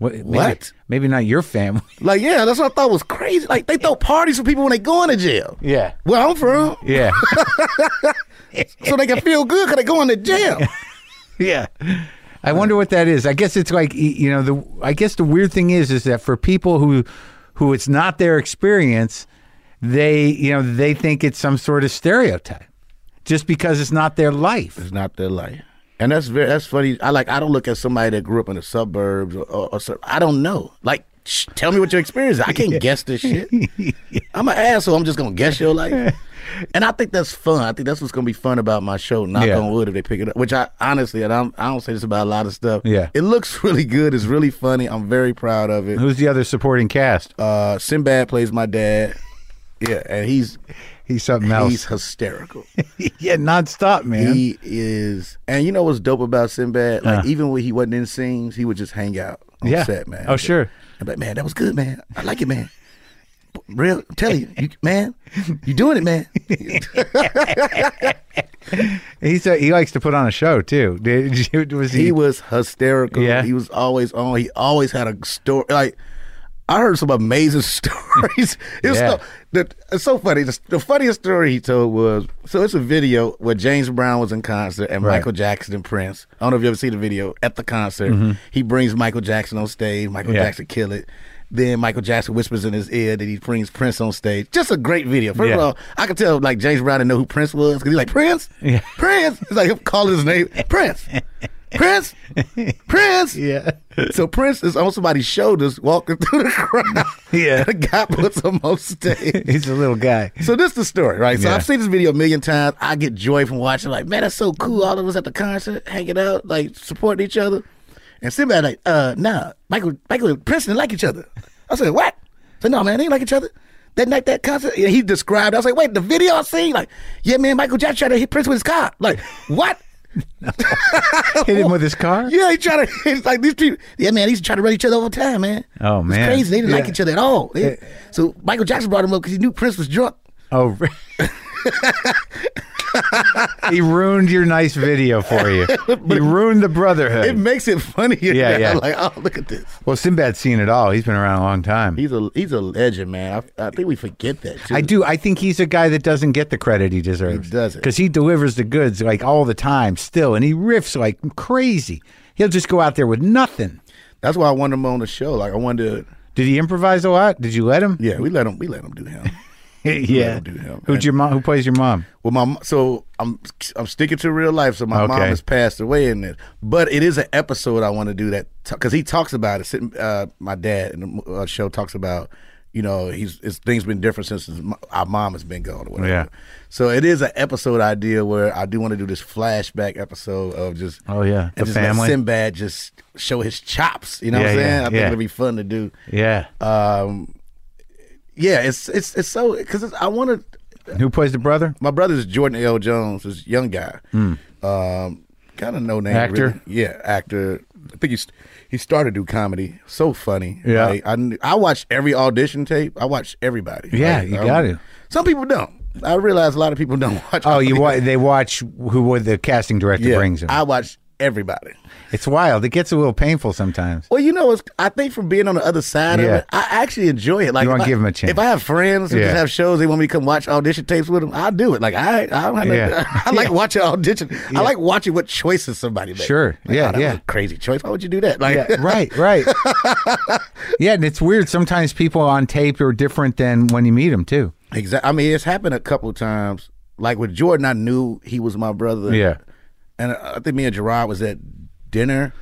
A: What? Maybe,
D: What?
A: maybe not your family.
D: like yeah, that's what I thought was crazy. Like they throw parties for people when they going to jail.
A: Yeah.
D: Where I'm from,
A: Yeah.
D: so they can feel good because they going to jail.
A: yeah. I wonder what that is. I guess it's like y- you know the. I guess the weird thing is is that for people who, who it's not their experience, they you know they think it's some sort of stereotype, just because it's not their life.
D: It's not their life, and that's very that's funny. I like I don't look at somebody that grew up in the suburbs or, or, or so- I don't know. Like Shh, tell me what your experience is. I can't guess this shit. I'm an asshole. I'm just gonna guess your life. And I think that's fun. I think that's what's gonna be fun about my show. Knock
A: Yeah.
D: on wood if they pick it up. Which I honestly, and I'm, I don't say this about a lot of stuff.
A: Yeah.
D: it looks really good. It's really funny. I'm very proud of it.
A: Who's the other supporting cast?
D: Uh, Sinbad plays my dad. Yeah, and he's
A: He's something
D: he's hysterical.
A: yeah, nonstop, man. Uh-huh.
D: He is, and you know what's dope about Sinbad? Like even when he wasn't in scenes, he would just hang out on
A: Yeah.
D: set, man.
A: Oh, sure.
D: I'm like, man, that was good, man. I like it, man. B- Real, I'm telling you, you, man, you doing it, man.
A: He's a, he likes to put on a show too. Did you, was he?
D: He was hysterical.
A: Yeah.
D: He was always on. He always had a story. Like I heard some amazing stories. It was
A: Yeah.
D: so, the, it's so funny. The, the funniest story he told was so it's a video where James Brown was in concert and
A: Right.
D: Michael Jackson and Prince. I don't know if you ever see the video at the concert. He brings Michael Jackson on stage. Michael
A: Mm-hmm. Yeah.
D: Jackson kill it. Then Michael Jackson whispers in his ear that he brings Prince on stage. Just a great video. First of
A: Yeah.
D: all, I could tell like James Brown didn't know who Prince was because he's like Prince,
A: Yeah.
D: Prince. It's like him calling his name Prince, Prince, Prince.
A: yeah,
D: So Prince is on somebody's shoulders walking through the crowd.
A: Yeah.
D: and a guy puts him on stage.
A: he's a little guy.
D: So this is the story, right? So
A: Yeah.
D: I've seen this video a million times. I get joy from watching. Like, man, that's so cool. All of us at the concert, hanging out, like supporting each other. And somebody like, uh, nah, Michael, Michael and Prince didn't like each other. I said, what? I said, no, man, they didn't like each other. That night, that concert, and he described. I was like, wait, the video I seen, like, yeah, man, Michael Jackson tried to hit Prince with his car. Like, what?
A: Hit him with his car.
D: Yeah, he try to. It's like these people. Yeah, man, he's trying to run each other all the time, man.
A: Oh,
D: It's
A: man.
D: crazy. They didn't like
A: Yeah.
D: each other at all. They- so Michael Jackson brought him up because he knew Prince was drunk.
A: Oh. re- he ruined your nice video for you. He ruined the brotherhood.
D: It makes it funnier.
A: Yeah,
D: now.
A: yeah.
D: Like, oh, look at this.
A: well, Sinbad's seen it all. He's been around a long time.
D: He's a he's a legend, man. I, I think we forget that. Too.
A: I do. I think he's a guy that doesn't get the credit he deserves.
D: He doesn't.
A: Because he delivers the goods like all the time still, and he riffs like crazy. He'll just go out there with nothing.
D: That's why I wanted him on the show. Like I wanted. To,
A: Did he improvise a lot? Did you let him?
D: yeah, we let him. We let him do him.
A: yeah.
D: do him.
A: Who'd your mom? Who plays your mom?
D: Well, my mo- so I'm I'm sticking to real life. So my mom
A: Okay.
D: has passed away in this, but it is an episode I want to do that because he talks about it. Sitting, uh, my dad in the mo- uh, show talks about, you know, he's it's, things been different since his, mo- our mom has been gone or whatever.
A: Yeah.
D: So it is an episode idea where I do want to do this flashback episode of just
A: Oh, yeah. The
D: and just let
A: family.
D: Sinbad just show his chops. You know what
A: Yeah,
D: I'm saying?
A: yeah,
D: I think
A: yeah.
D: it'll be fun to do
A: Yeah.
D: yeah, it's it's it's so because I want to.
A: Who plays the brother?
D: My brother's Jordan L. Jones, this young guy, um, kind of no name
A: Hmm. Actor?
D: really. Yeah, actor. I think he's he started to do comedy. So funny.
A: Yeah.
D: Like, I kn- I watch every audition tape. I watch everybody.
A: Yeah,
D: Like,
A: you
D: I
A: got
D: don't-
A: to.
D: Some people don't. I realize a lot of people don't watch.
A: Oh, you
D: audition-
A: wa- they watch who what the casting director
D: Yeah,
A: brings him.
D: I watch everybody.
A: it's wild. It gets a little painful sometimes.
D: Well, you know, it's, I think from being on the other side
A: Yeah.
D: of it, I actually enjoy it. Like,
A: You wanna
D: if I-
A: give 'em a chance.
D: If I have friends who
A: Yeah.
D: just have shows, they want me to come watch audition tapes with them. I'll do it. Like, I, I don't have.
A: Yeah.
D: Yeah. I like watching audition. I like watching what choices somebody makes.
A: Sure.
D: Like,
A: Yeah,
D: oh, that was
A: yeah.
D: a crazy choice. Why would you do that? Like,
A: Yeah, right, right. yeah, and it's weird. Sometimes people on tape are different than when you meet them too.
D: exactly. I mean, it's happened a couple of times. Like with Jordan, I knew he was my brother.
A: Yeah.
D: and I I think me and Gerard was at dinner.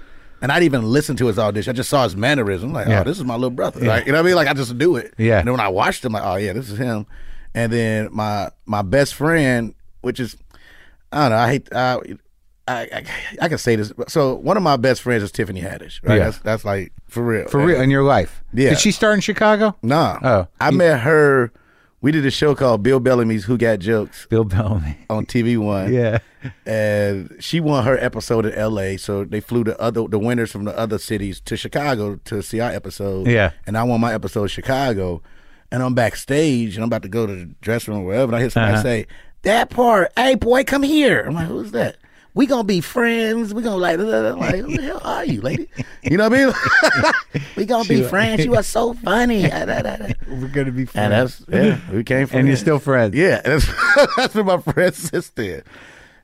D: And I didn't even listen to his audition. I just saw his mannerism. Like,
A: Yeah.
D: oh, this is my little brother. Like, you know what I mean? Like, I just do it.
A: Yeah.
D: And then when I watched him, like, oh yeah, this is him. And then my my best friend, which is, I don't know, I hate, I, I, I, I can say this. So one of my best friends is Tiffany Haddish. Right.
A: Yeah.
D: That's, that's like for real.
A: For
D: And-
A: real, in your life.
D: Yeah.
A: Did she star in Chicago?
D: Nah.
A: Oh.
D: I met her. We did a show called Bill Bellamy's Who Got Jokes
A: Bill Bellamy.
D: on TV One.
A: Yeah.
D: and she won her episode in L.A. So they flew the other the winners from the other cities to Chicago to see our episode.
A: Yeah.
D: and I won my episode in Chicago, and I'm backstage and I'm about to go to the dressing room or wherever, and I hear somebody
A: Uh-huh.
D: say that part. Hey, boy, come here. I'm like, who's that? We gonna be friends. We gonna like. I'm like, who the hell are you, lady? You know what I mean? we gonna be friends. You are so funny. Ah, and
A: We're gonna be
D: that's yeah. We came from
A: And you're still friends.
D: yeah, that's that's been my friend since then.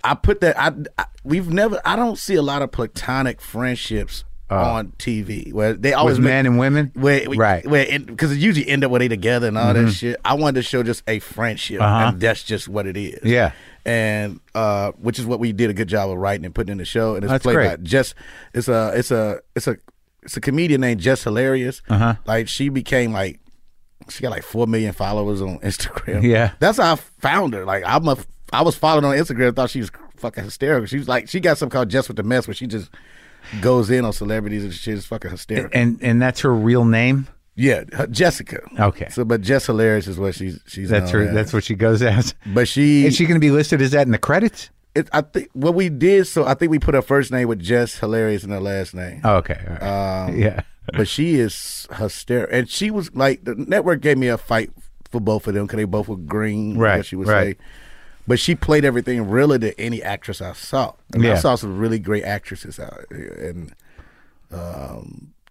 D: I put that. I, I- we've never. I don't see a lot of platonic friendships on TV where they always
A: Oh. With men and women?
D: Where,
A: Right. Mm-hmm.
D: Where because it usually end up where they together and all that shit. I wanted to show just a friendship,
A: Uh-huh.
D: and that's just what it is.
A: Yeah.
D: And uh, which is what we did a good job of writing and putting in the show, and it's
A: That's
D: played
A: great.
D: by just it's a it's a it's a it's a comedian named Jess Hilarious. Uh-huh. Like she became like she got like four million followers on Instagram.
A: Yeah.
D: that's how I found her. Like I'm a I was following her on Instagram. Thought she was fucking hysterical. She was like she got something called Jess with the Mess, where she just goes in on celebrities and shit. It's fucking hysterical.
A: And and that's her real name.
D: yeah, her- Jessica.
A: Okay.
D: So, but Jess Hilarious is what she's she's.
A: That's
D: known
A: her.
D: as.
A: That's what she goes as.
D: But she
A: Is she going to be listed as that in the credits?
D: it, I think what we did. So I think we put her first name with Jess Hilarious in her last name.
A: Oh, okay. all right.
D: Um,
A: yeah.
D: but she is hysterical, and she was like the network gave me a fight for both of them because they both were green,
A: Right,
D: What she would
A: right.
D: say, but she played everything realer than any actress I saw. And
A: Yeah.
D: I saw some really great actresses out here, and um,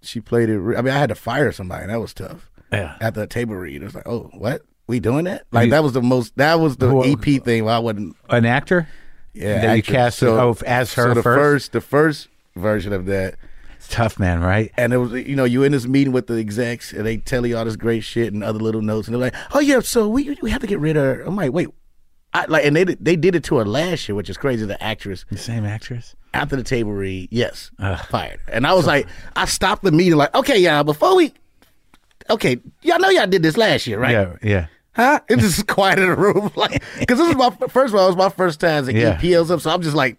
D: she played it. Re- I mean, I had to fire somebody, and that was tough.
A: Yeah.
D: at the table read, it was like, oh, what? We doing that? Like that was the most. That was the
A: Who-
D: EP thing. Where I wasn't.
A: An actor.
D: Yeah,
A: That you
D: actress.
A: cast oh, as her
D: so the
A: first?
D: The first version of that
A: It's tough, man. Right.
D: and it was you know you in this meeting with the execs and they tell you all this great shit and other little notes and they're like oh yeah so we we have to get rid of her. I'm like wait I, like and they did- they did it to her last year which is crazy the actress
A: The same actress.
D: after the table read yes fired and I was like I stopped the meeting like okay y'all before we okay y'all know y'all did this last year right
A: Yeah. Yeah.
D: huh it just quiet in the room like because this is my first of all it was my first time as an
A: Yeah.
D: EPLs up so I'm just like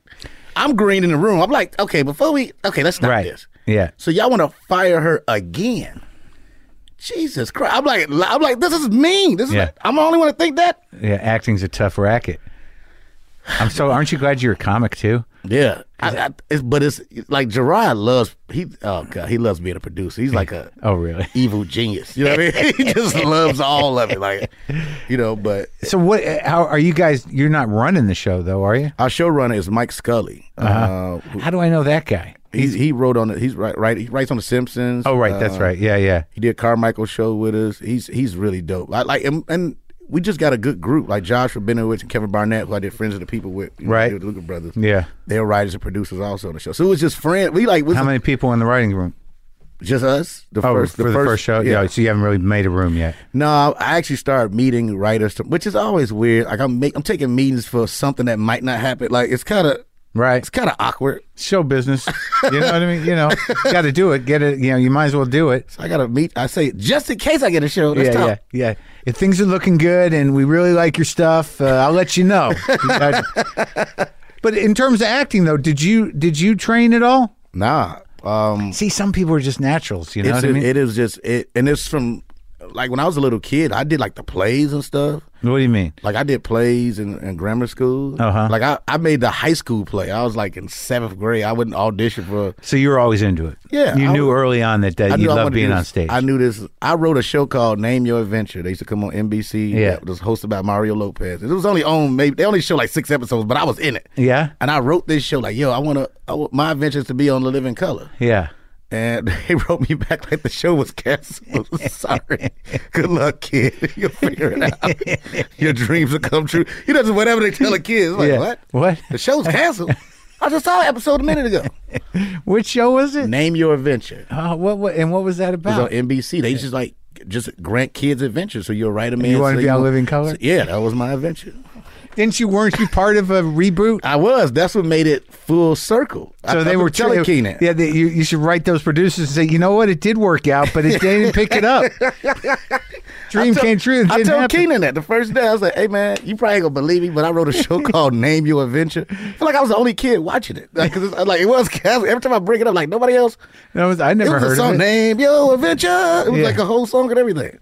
D: I'm green in the room I'm like okay before we okay let's stop
A: Right.
D: this
A: Yeah.
D: so y'all want to fire her again? Jesus Christ! I'm like, I'm like, this is mean. This is
A: Yeah.
D: I'm the only one to think that.
A: Yeah. Acting's a tough racket. I'm so. Aren't you glad you're a comic too?
D: Yeah, I, I, it's, but it's like Gerard loves he. Oh God, he loves being a producer. He's like a
A: Oh, really?
D: evil genius. You know what I mean? He just loves all of it. Like, you know. But
A: So what? How are you guys? You're not running the show though, are you?
D: our showrunner is Mike Scully.
A: Uh-huh.
D: uh who
A: How do I know that guy?
D: he he wrote on it. He's right, right. He writes on the Simpsons.
A: Oh, right. that's
D: Uh,
A: right. Yeah. Yeah.
D: He did Carmichael show with us. He's he's really dope. I like and, and we just got a good group like Josh Rabinowitz and Kevin Barnett, who I did Friends of the People with, you know,
A: Right.
D: did the Luca Brothers.
A: Yeah.
D: they're writers and producers also on the show. So it was just friend. We like was
A: How many people in the writing room?
D: just us. The
A: Oh,
D: first,
A: for
D: the, first,
A: show. Yeah. So you haven't really made a room yet.
D: No, I actually started meeting writers, to, which is always weird. Like I'm make, I'm taking meetings for something that might not happen. Like it's kind of
A: Right.
D: it's kind of awkward.
A: Show business. You know what I mean? You know, got to do it. Get it. You know, you might as well do it.
D: So I gotta meet. I say just in case I get a show. Let's
A: yeah,
D: talk.
A: yeah, yeah. If things are looking good and we really like your stuff, uh, I'll let you know. but in terms of acting, though, did you did you train at all?
D: Nah. Um,
A: See, some people are just naturals. You know
D: it's
A: what I mean?
D: it is just it, and it's from like when I was a little kid, I did like the plays and stuff.
A: what do you mean?
D: Like I did plays in, in grammar school.
A: Uh-huh.
D: Like I, I made the high school play. I was like in seventh grade. I wouldn't audition for.
A: So you were always into it.
D: Yeah,
A: you
D: I
A: knew
D: was-
A: early on that,
D: I
A: that you
D: I
A: loved
D: wanted to
A: being
D: do
A: on
D: this-
A: stage.
D: I knew this. I wrote a show called Name Your Adventure. They used to come on NBC.
A: Yeah.
D: It was hosted by Mario Lopez. It was only on maybe they only showed like six episodes, but I was in it.
A: Yeah?
D: And I wrote this show like, yo, I want to. I want my adventures to be on The Living Color.
A: yeah,
D: And they wrote me back like the show was canceled. Sorry. Good luck, kid. You'll figure it out. Your dreams will come true. He does whatever they tell a kid. It's like,
A: yeah.
D: what?
A: What?
D: The show's canceled. I just saw an episode a minute ago.
A: Which show was it?
D: Name Your Adventure.
A: Oh, what, what? And what was that
D: It's on
A: about?
D: NBC. They just like, just grant kids adventures. So you'll write them in.
A: you wanted
D: so
A: to be on
D: won't-
A: Living Color?
D: yeah, that was my adventure.
A: Didn't you? Weren't you part of a reboot?
D: I was. That's what made it full circle. I-
A: So
D: I
A: they
D: was
A: were
D: telling
A: tra-
D: Keenan.
A: Yeah, they, you, you should write those producers and say, you know what, it did work out, but it they didn't pick it up. Dream
D: told-
A: came true. It
D: I
A: didn't
D: told
A: happen.
D: Keenan that the first day. I was like, "Hey man, you probably ain't gonna believe me, but I wrote a show called Name Your Adventure." I feel like I was the only kid watching it, like, 'cause it's, like it was. Casual. Every time I bring it up, like nobody else.
A: No, it was- I
D: It
A: never
D: was a
A: heard
D: song,
A: of it.
D: Name Your Adventure. It was
A: Yeah.
D: like a whole song and everything.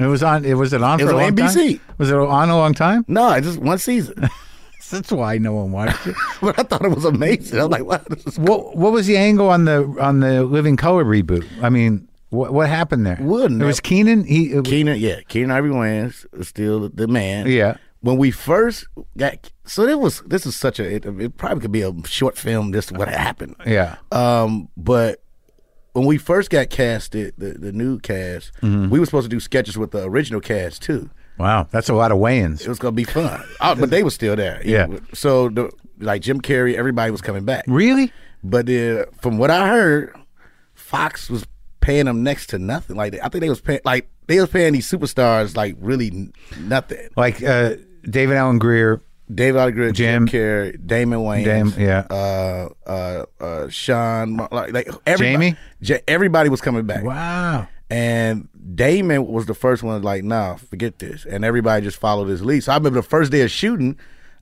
A: It was on. It was it on
D: It
A: for
D: was
A: a long
D: on NBC.
A: time. Was it on a long time?
D: No, it's just one season,
A: That's why no one watched it.
D: but I thought it was amazing. I was like, "Wow, this is
A: what What was the angle on the on the Living Color reboot? I mean, what what happened there?
D: We'll
A: it
D: never-
A: was Keenan. He it-
D: Keenan, yeah, Keenan Ivory Wayans is still the man.
A: Yeah.
D: When we first got, so it was. This is such a. It, it probably could be a short film. This is what happened.
A: yeah.
D: Um, but when we first got casted, the the new cast,
A: Mm-hmm.
D: we were supposed to do sketches with the original cast too.
A: Wow, that's a lot of weigh-ins.
D: It was gonna be fun, oh, but they were still there.
A: Yeah.
D: So the like Jim Carrey, everybody was coming back.
A: Really?
D: But uh, from what I heard, Fox was paying them next to nothing. Like I think they was paying like they was paying these superstars like really n- nothing.
A: Like uh, David Allen Greer,
D: David Allegretti, Jim
A: Jim.
D: Carrey, Damon Wayans,
A: Dame, yeah.
D: uh, uh, uh, Sean, Mar- like, like everybody,
A: Jamie?
D: Ja- everybody was coming back.
A: Wow.
D: And Damon was the first one like, nah, forget this. And everybody just followed his lead. So I remember the first day of shooting,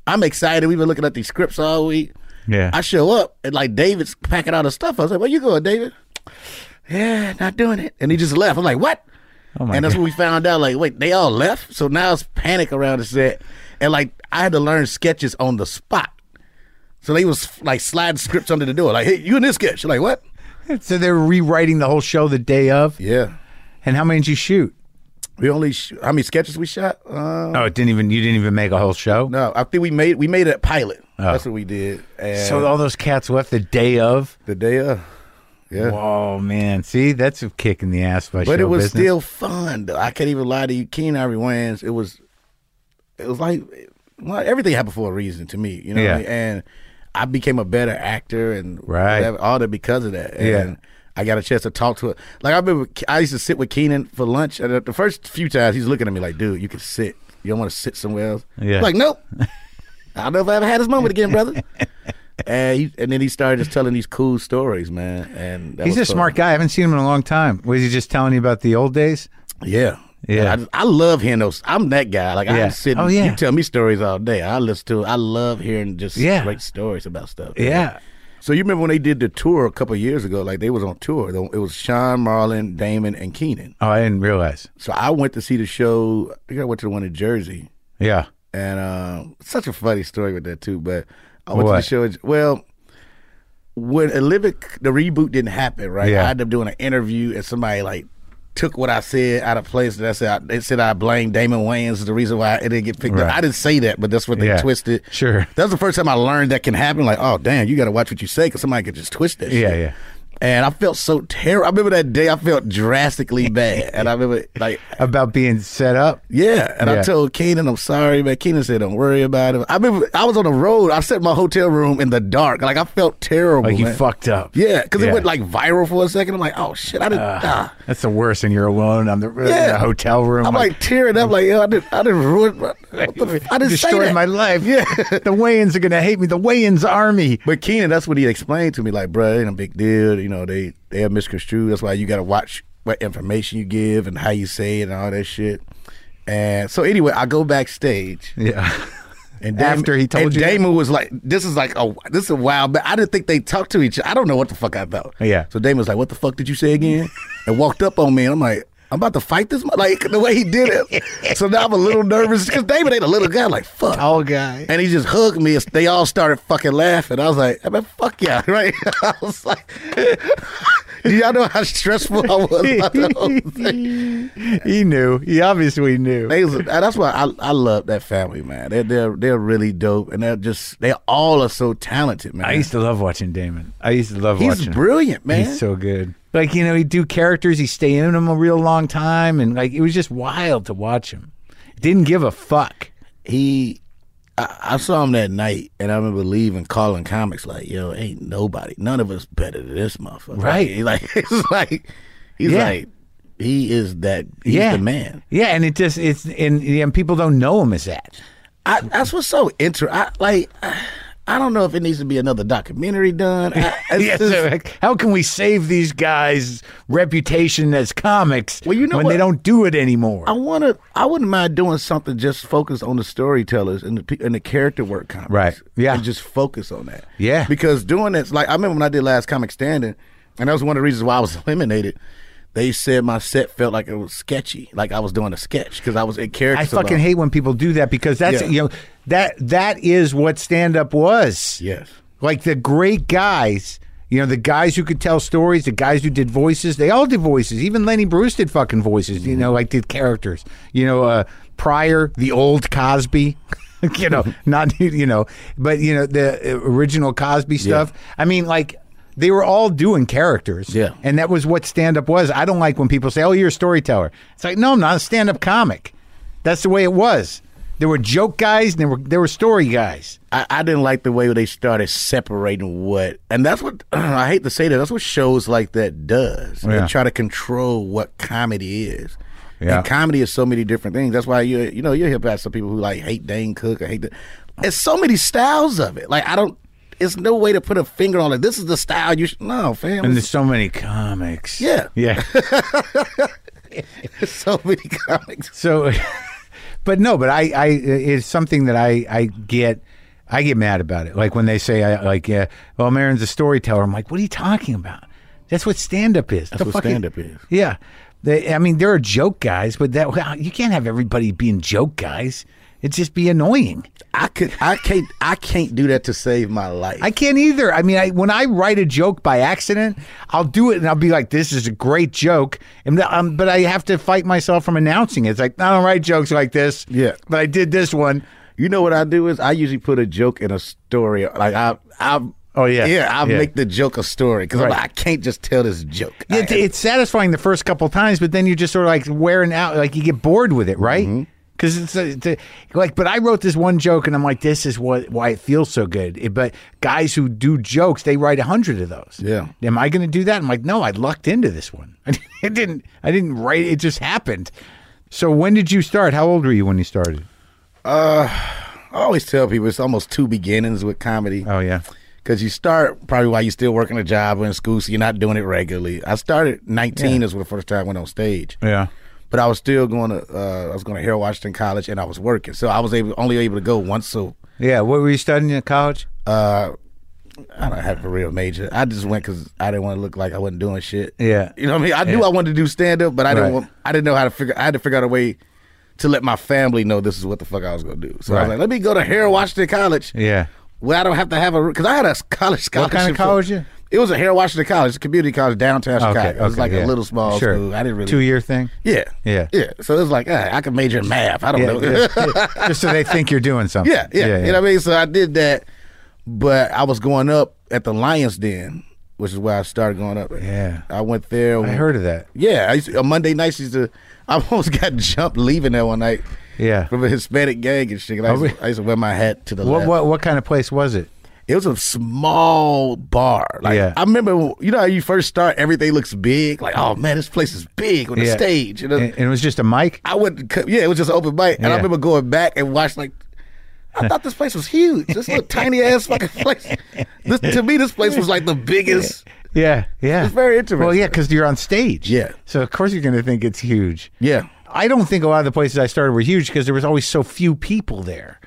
D: I'm excited. We've been looking at these scripts all week.
A: Yeah.
D: I show up and like David's packing all the stuff. I was like, where you going, David? Yeah, not doing it. And he just left. I'm like, what?
A: Oh my
D: and that's when we found out, like, wait, they all left? So now it's panic around the set. And like I had to learn sketches on the spot. So they was like sliding scripts under the door. Like, hey, you in this sketch. Like, what?
A: So they were rewriting the whole show the day of.
D: Yeah.
A: And how many did you shoot?
D: We only sh- how many sketches we shot? Uh,
A: Oh, it didn't even you didn't even make a whole show.
D: no, I think we made we made a pilot. That's what we did. And
A: So all those cats left the day of.
D: the day of, yeah.
A: Oh man, see that's a kick in the ass by
D: But
A: show
D: it was
A: business.
D: still fun. though. I can't even lie to you, Keen Ivory Wayans. It was, it was like, well, everything happened for a reason to me. You know, what I
A: Yeah.
D: mean? and I became a better actor and
A: Right.
D: whatever, all that because of that. And
A: Yeah.
D: I got a chance to talk to it. Like I remember, Ke- I used to sit with Keenan for lunch, and the first few times he's looking at me like, "Dude, you can sit. You don't want to sit somewhere else."
A: Yeah.
D: I'm like, nope. I don't know if I ever had this moment again, brother. and he, and then he started just telling these cool stories, man. And that
A: He's a
D: was fun.
A: smart guy. I haven't seen him in a long time. Was he just telling you about the old days?
D: Yeah.
A: Yeah.
D: I, I love hearing those. I'm that guy. Like
A: Yeah.
D: I'm sitting.
A: Oh, yeah.
D: You tell me stories all day. I listen to. it. I love hearing just
A: Yeah.
D: great stories about stuff.
A: Yeah.
D: So you remember when they did the tour a couple of years ago? Like they was on tour. Though It was Sean, Marlon, Damon, and Keenan.
A: Oh, I didn't realize.
D: So I went to see the show. I think I went to the one in Jersey,
A: Yeah.
D: and um, such a funny story with that too. But I went
A: What?
D: to the show. Well. When Olympic the reboot didn't happen, right?
A: Yeah.
D: I ended up doing an interview and somebody like took what I said out of place. And I said I, they said I blamed Damon Wayans is the reason why it didn't get picked
A: Right.
D: up. I didn't say that, but that's what they
A: Yeah.
D: twisted.
A: Sure.
D: that was the first time I learned that can happen. Like, oh damn, you got to watch what you say because somebody could just twist that.
A: Yeah,
D: shit.
A: yeah.
D: And I felt so terrible. I remember that day. I felt drastically bad, and I remember like
A: About being set up.
D: yeah, and I
A: Yeah.
D: told Keenan, I'm sorry, man. Keenan said, don't worry about it. I remember I was on the road. I sat in my hotel room in the dark. Like, I felt terrible.
A: Like you
D: man.
A: fucked up.
D: Yeah, because
A: Yeah.
D: it went like viral for a second. I'm like, oh shit, I didn't. ah.
A: That's the worst. And you're alone on the, in the hotel room.
D: I'm like, tearing up, like, yo, I didn't, I didn't ruin my, what the f- I didn't say
A: destroyed
D: that.
A: my life. Yeah. the Wayans are gonna hate me. The Wayans army.
D: But Keenan, that's what he explained to me, like, bruh, ain't a big deal. You know, they they are misconstrued. That's why you got to watch what information you give and how you say it and all that shit. And so anyway, I go backstage.
A: Yeah.
D: And
A: After he told
D: and
A: you that?
D: Damon was like, "This is like a this is a wild." But I didn't think they talked to each. other. I don't know what the fuck I thought.
A: Yeah.
D: So Damon was like, "What the fuck did you say again?" and walked up on me, and I'm like, "I'm about to fight this." mo-" Like the way he did it. so now I'm a little nervous because Damon ain't a little guy. Like fuck.
A: Tall guy.
D: And he just hugged me. and They all started fucking laughing. I was like, I mean, fuck yeah, right? I was like, do y'all know how stressful I was about the whole thing?
A: he knew. He obviously knew.
D: They was- that's why I, I love that family, man. They're, they're they're really dope, and they're just they all are so talented, man.
A: I used to love watching Damon. I used to love
D: He's
A: watching. him.
D: brilliant, man.
A: He's so good. Like you know, he'd do characters. He'd stay in them a real long time, and like it was just wild to watch him. Didn't give a fuck.
D: he, I, I saw him that night, and I remember leaving, calling comics like, "Yo, ain't nobody, none of us better than this motherfucker."
A: Right.
D: Like it's like he's
A: Yeah.
D: like he is that he's
A: yeah,
D: the man.
A: Yeah, and it just it's and, and people don't know him as that.
D: I, that's what's so interesting. I, like, I don't know if it needs to be another documentary done. I, it's
A: Yeah,
D: just-
A: so, like, how can we save these guys' reputation as comics
D: Well, you know
A: when
D: what?
A: they don't do it anymore?
D: I want to. I wouldn't mind doing something just focused on the storytellers and the pe- and the character work comics.
A: Right. Yeah.
D: And just focus on that.
A: Yeah.
D: Because doing this, like I remember when I did last comic standing, and that was one of the reasons why I was eliminated. They said my set felt like it was sketchy, like I was doing a sketch because I was in character.
A: I
D: so long.
A: fucking hate when people do that because that's
D: Yeah.
A: you know that that is what stand up was.
D: Yes.
A: Like the great guys, you know, the guys who could tell stories, the guys who did voices, they all did voices. Even Lenny Bruce did fucking voices, you know, like did characters. You know, uh Pryor, the old Cosby, you know, not you know, but you know the uh, original Cosby stuff. I mean like they were all doing characters.
D: Yeah.
A: And that was what stand up was. I don't like when people say, "Oh, you're a storyteller." It's like, "No, I'm not a stand up comic." That's the way it was. There were joke guys and there were there were story guys.
D: I, I didn't like the way they started separating what, and that's what I hate to say that. That's what shows like that does. They
A: Yeah.
D: try to control what comedy is,
A: Yeah.
D: And comedy is so many different things. That's why you you know you hear about some people who like hate Dane Cook or hate the. It's so many styles of it. Like I don't. It's no way to put a finger on it. This is the style you should. No,
A: And
D: fam. it's-
A: there's so many comics.
D: Yeah.
A: Yeah.
D: There's so many comics.
A: So, but no, but I, I, it's something that I, I get, I get mad about it. Like when they say, I like, yeah, well, Marin's a storyteller. I'm like, what are you talking about? That's what stand up is. That's
D: what stand-up is.
A: Yeah. They, I mean, there are joke guys, but that wow, you can't have everybody being joke guys. It'd just be annoying.
D: I could. I can't. I can't do that to save my life.
A: I can't either. I mean, I, when I write a joke by accident, I'll do it and I'll be like, "This is a great joke," and um, but I have to fight myself from announcing it. It's like I don't write jokes like this.
D: Yeah.
A: but I did this one.
D: You know what I do is I usually put a joke in a story. Like I, I.
A: Oh, yeah.
D: Yeah, I
A: Yeah.
D: make the joke a story because
A: Right.
D: like, I can't just tell this joke. I-
A: It, it's satisfying the first couple times, but then you're just sort of like wearing out, like you get bored with it, right? Because it's, a- it's a- like, but I wrote this one joke, and I'm like, this is what why it feels so good. It- but guys who do jokes, they write a hundred of those.
D: Yeah.
A: Am I going to do that? I'm like, no, I lucked into this one. it didn't. I didn't write. It just happened. So when did you start? How old were you when you started?
D: I always tell people it's almost two beginnings with comedy.
A: Oh yeah.
D: Because you start probably while you're still working a job or in school, so you're not doing it regularly. I started 19 is the first time I went on stage.
A: Yeah.
D: But I was still going to, uh, I was going to Harold Washington College and I was working. So I was able only able to go once a,
A: Yeah. What were you studying in college?
D: Uh, I don't have a real major. I just went because I didn't want to look like I wasn't doing shit.
A: Yeah.
D: You know what I mean? I knew I wanted to do stand up, but I
A: Right.
D: didn't want, I didn't know how to figure, I had to figure out a way to let my family know this is what the fuck I was going to do. So I was
A: Right.
D: like, let me go to Harold Washington College.
A: Yeah.
D: Well, I don't have to have a because I had a
A: What
D: college scholarship.
A: kind of
D: for-
A: college you-
D: It was a Harold Washington College, a community college downtown Chicago. it was like
A: yeah.
D: a little small
A: Sure.
D: school. I didn't really.
A: two year thing.
D: Yeah.
A: Yeah.
D: Yeah. So it was like ah, I could major in math. I don't know.
A: Yeah, yeah. just so they think you're doing something.
D: yeah, yeah, You know what I mean? So I did that, but I was going up at the Lions Den, which is where I started going up.
A: Yeah.
D: I went there.
A: I heard of that.
D: Yeah, I used to, on Monday nights used to. I almost got jumped leaving that one night.
A: Yeah.
D: From a Hispanic gang and shit. And I, used,
A: Oh,
D: to-
A: really?
D: I used to wear my hat to the
A: What
D: left.
A: what what kind of place was it?
D: It was a small bar. Like
A: Yeah.
D: I remember, you know how you first start, everything looks big. Like, oh man, this place is big on the
A: Yeah.
D: stage. You know,
A: And, and it was just a mic.
D: I wouldn't. co- Yeah, it was just an open mic, and
A: Yeah.
D: I remember going back and watched like. I thought this place was huge. This little tiny ass fucking place. This, to me, this place was like the biggest.
A: Yeah, yeah.
D: It's very interesting.
A: Well, yeah, because you're on stage.
D: Yeah.
A: So of course you're going to think it's huge.
D: Yeah,
A: I don't think a lot of the places I started were huge because there was always so few people there.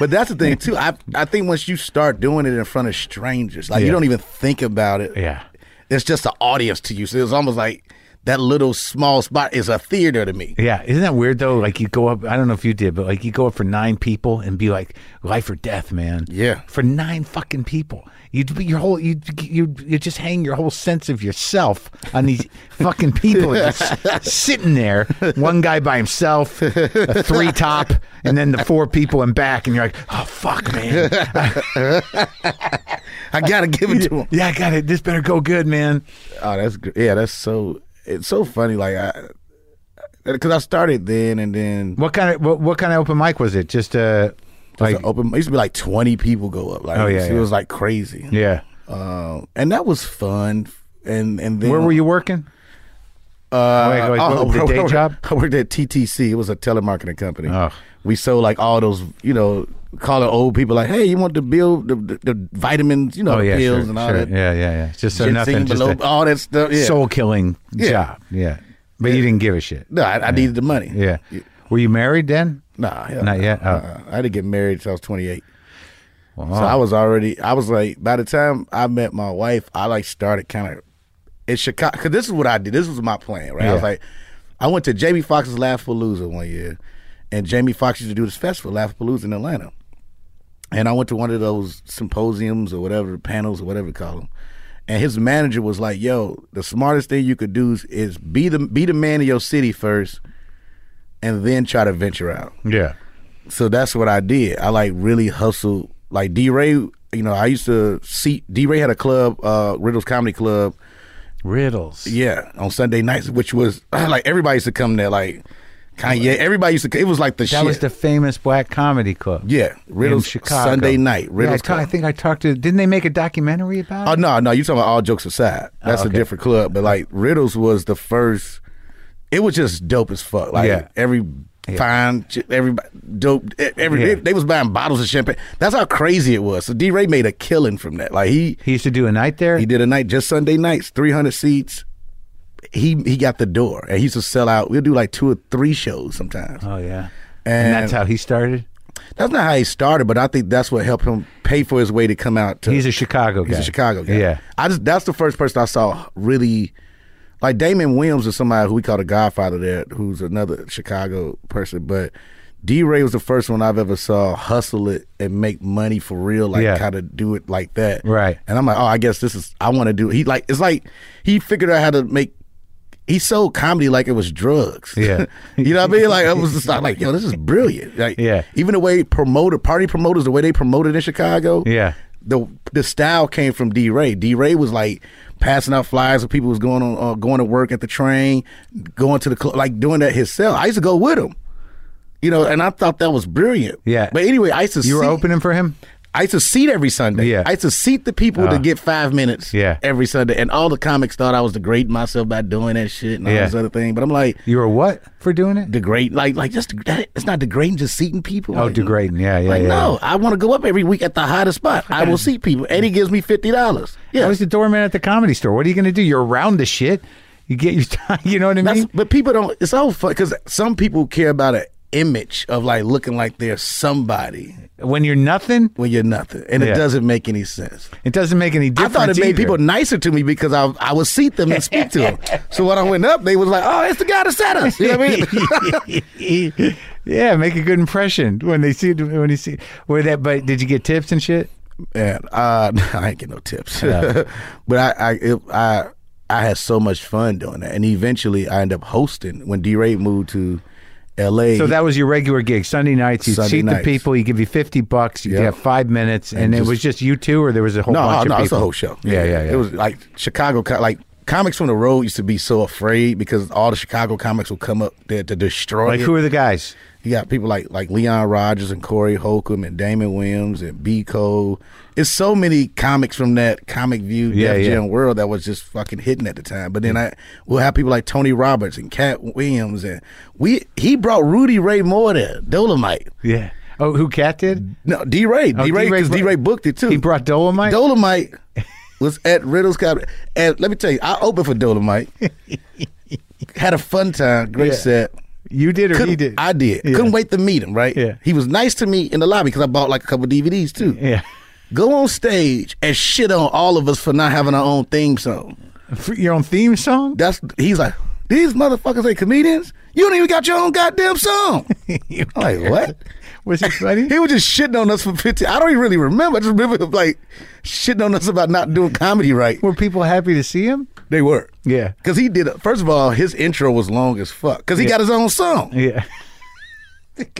D: but that's the thing too. I I think once you start doing it in front of strangers, like
A: Yeah.
D: you don't even think about it.
A: Yeah.
D: it's just an audience to you. So it's almost like that little small spot is a theater to me.
A: Yeah, isn't that weird though? Like you go up, I don't know if you did, but like you go up for nine people and be like, life or death, man.
D: Yeah.
A: For nine fucking people, you would your whole you you you just hang your whole sense of yourself on these fucking people just sitting there. One guy by himself, a three top, and then the four people in back, and you're like, oh fuck, man.
D: I gotta give it to him.
A: Yeah, I got it. This better go good, man.
D: Oh, that's gr- yeah. That's so. It's so funny. Like I, because I started then, and then
A: What kind of what, what kind of open mic was it? Just uh,
D: like
A: like
D: open. It used to be like twenty people go up. Like
A: Oh, yeah,
D: it
A: yeah.
D: was like crazy.
A: yeah.
D: Um, and that was fun. And and then
A: Where were you working?
D: Uh,
A: Wait, wait, what was the
D: I
A: day
D: worked-
A: job?
D: I worked at TTC. It was a telemarketing company.
A: Oh.
D: We sold like all those, you know, calling old people like, "Hey, you want the bill, the, the, the vitamins, you know,
A: Oh
D: the
A: yeah,
D: pills
A: sure,
D: and all
A: sure.
D: that,
A: Yeah, yeah, yeah. Just so
D: ginseng,
A: nothing. Just
D: biloba,
A: a-
D: all that stuff." Yeah.
A: soul killing
D: Yeah.
A: job. Yeah. But you didn't give a shit.
D: no, I, I needed the money.
A: Yeah. Were you married then?
D: Nah, hell
A: Not
D: no.
A: yet? Oh.
D: Uh-uh. I didn't get married until I was 28.
A: Wow.
D: So I was already, I was like, by the time I met my wife, I like started kind of in Chicago. Because this is what I did. This was my plan, right? I was
A: Yeah.
D: like, I went to Jamie Foxx's Laughapalooza one year, and Jamie Foxx used to do this festival, Laughapalooza in Atlanta. And I went to one of those symposiums or whatever, panels or whatever you call them. And his manager was like, "Yo, the smartest thing you could do is, is be the be the man of your city first, and then try to venture out."
A: Yeah.
D: so that's what I did. I like really hustled. Like D Ray, you know, I used to see D Ray had a club, uh, Riddles Comedy Club.
A: Riddles.
D: Yeah, on Sunday nights, which was like everybody used to come there. Like Kanye, everybody used to. It was like the
A: That
D: shit.
A: was the famous black comedy club.
D: yeah,
A: In
D: Riddles
A: Chicago.
D: Sunday night.
A: Yeah, I
D: Riddles.
A: ta- I
D: Club.
A: think I talked to didn't they make a documentary about
D: Oh
A: it?
D: no, no, you talking about all jokes aside. That's
A: Oh, okay.
D: a different club, but like Riddles was the first it was just dope as fuck. Like
A: Yeah.
D: every fine, ch- every dope, e- every
A: Yeah.
D: they, they was buying bottles of champagne. That's how crazy it was. So D. Ray made a killing from that. Like he
A: He used to do a night there.
D: he did a night just Sunday nights, three hundred seats. He he got the door, and he used to sell out. We'll do like two or three shows sometimes.
A: Oh yeah, and
D: And-
A: that's how he started.
D: That's not how he started, but I think that's what helped him pay for his way to come out. To,
A: He's a Chicago guy.
D: He's a Chicago guy.
A: Yeah.
D: I just that's the first person I saw really like Damon Williams is somebody who we call the Godfather there, who's another Chicago person, but D Ray was the first one I've ever saw hustle it and make money for real, like
A: Yeah.
D: how to do it like that.
A: Right.
D: And I'm like, oh, I guess this is I want to do. He like it's like he figured out how to make. He sold comedy like it was drugs.
A: Yeah.
D: you know what I mean? Like I was just I'm like, yo, this is brilliant. Like,
A: Yeah.
D: Even the way promoter party promoters, the way they promoted in Chicago
A: Yeah.
D: the the style came from D Ray. D Ray was like passing out flyers of people who was going on uh, going to work at the train, going to the club, like doing that himself. I used to go with him, you know, and I thought that was brilliant.
A: Yeah.
D: But anyway, I used to
A: You were
D: seat-
A: opening for him.
D: I used to seat every Sunday.
A: Yeah. Uh-huh.
D: I used to seat the people to get five minutes.
A: Yeah.
D: Every Sunday, and all the comics thought I was degrading myself by doing that shit and all
A: Yeah.
D: this other thing. But I'm like.
A: You were what for doing it?
D: Degrade, like, like, just that, it's not degrading, just seating people.
A: Oh,
D: Like,
A: degrading. Yeah, yeah,
D: like,
A: yeah.
D: no, I want to go up every week at the hottest spot. I will see people, and he gives me fifty dollars.
A: I
D: Yeah,
A: was the doorman at the comedy store. What are you going to do? You're around the shit. You get your time. You know what I
D: that's,
A: mean?
D: but people don't. It's all fun because some people care about an image of like looking like they're somebody
A: When you're nothing,
D: when you're nothing, and
A: Yeah.
D: it doesn't make any sense.
A: it doesn't make any
D: I
A: difference.
D: thought it made
A: either.
D: people nicer to me because I I would seat them and speak to them. So when I went up, they was like, "Oh, it's the guy that set us." You know what I mean?
A: yeah, make a good impression when they see when you see where that. But did you get tips and shit?
D: And uh, I ain't get no tips, but I I, it, I I had so much fun doing that, and eventually I ended up hosting when D. Ray moved to L.A.
A: So that was your regular gig, Sunday nights. You
D: Sunday
A: seat the
D: nights.
A: people. You give you fifty bucks. You
D: Yep.
A: have five minutes, and, it
D: just-
A: was just you two, or there was a whole
D: no,
A: bunch
D: oh,
A: of
D: no,
A: people.
D: it's a whole show.
A: Yeah, yeah, yeah.
D: It was like Chicago, co- like comics from the road used to be so afraid because all the Chicago comics would come up there to destroy.
A: like
D: it.
A: who are the guys?
D: You got people like like Leon Rogers and Corey Holcomb and Damon Williams and B. Cole. It's so many comics from that comic view
A: Yeah,
D: Def
A: yeah.
D: Jam world that was just fucking hidden at the time. But then I we'll have people like Tony Roberts and Cat Williams and we he brought Rudy Ray Moore there, Dolomite.
A: Yeah. Oh, who Cat did?
D: No, D. Ray. D. Ray
A: Oh, D-Ray
D: because
A: br-
D: D. Ray booked it too.
A: He brought Dolomite.
D: Dolomite was at Riddle's Comedy. And let me tell you, I opened for Dolomite. Had a fun time. Great set.
A: you did, or
D: Couldn't-
A: he did?
D: I did.
A: Yeah.
D: Couldn't wait to meet him, right?
A: Yeah.
D: He was nice to me in the lobby because I bought like a couple DVDs too.
A: Yeah.
D: Go on stage and shit on all of us for not having our own theme song.
A: For your own theme song.
D: That's he's like, these motherfuckers ain't comedians. You don't even got your own goddamn song. I'm like, what?
A: Was it funny?
D: He was just shitting on us for 15. I don't even really remember. I just remember him, like shitting on us about not doing comedy right.
A: Were people happy to see him?
D: They were.
A: Yeah.
D: Because he did, first of all, his intro was long as fuck. Because he got his own song.
A: Yeah.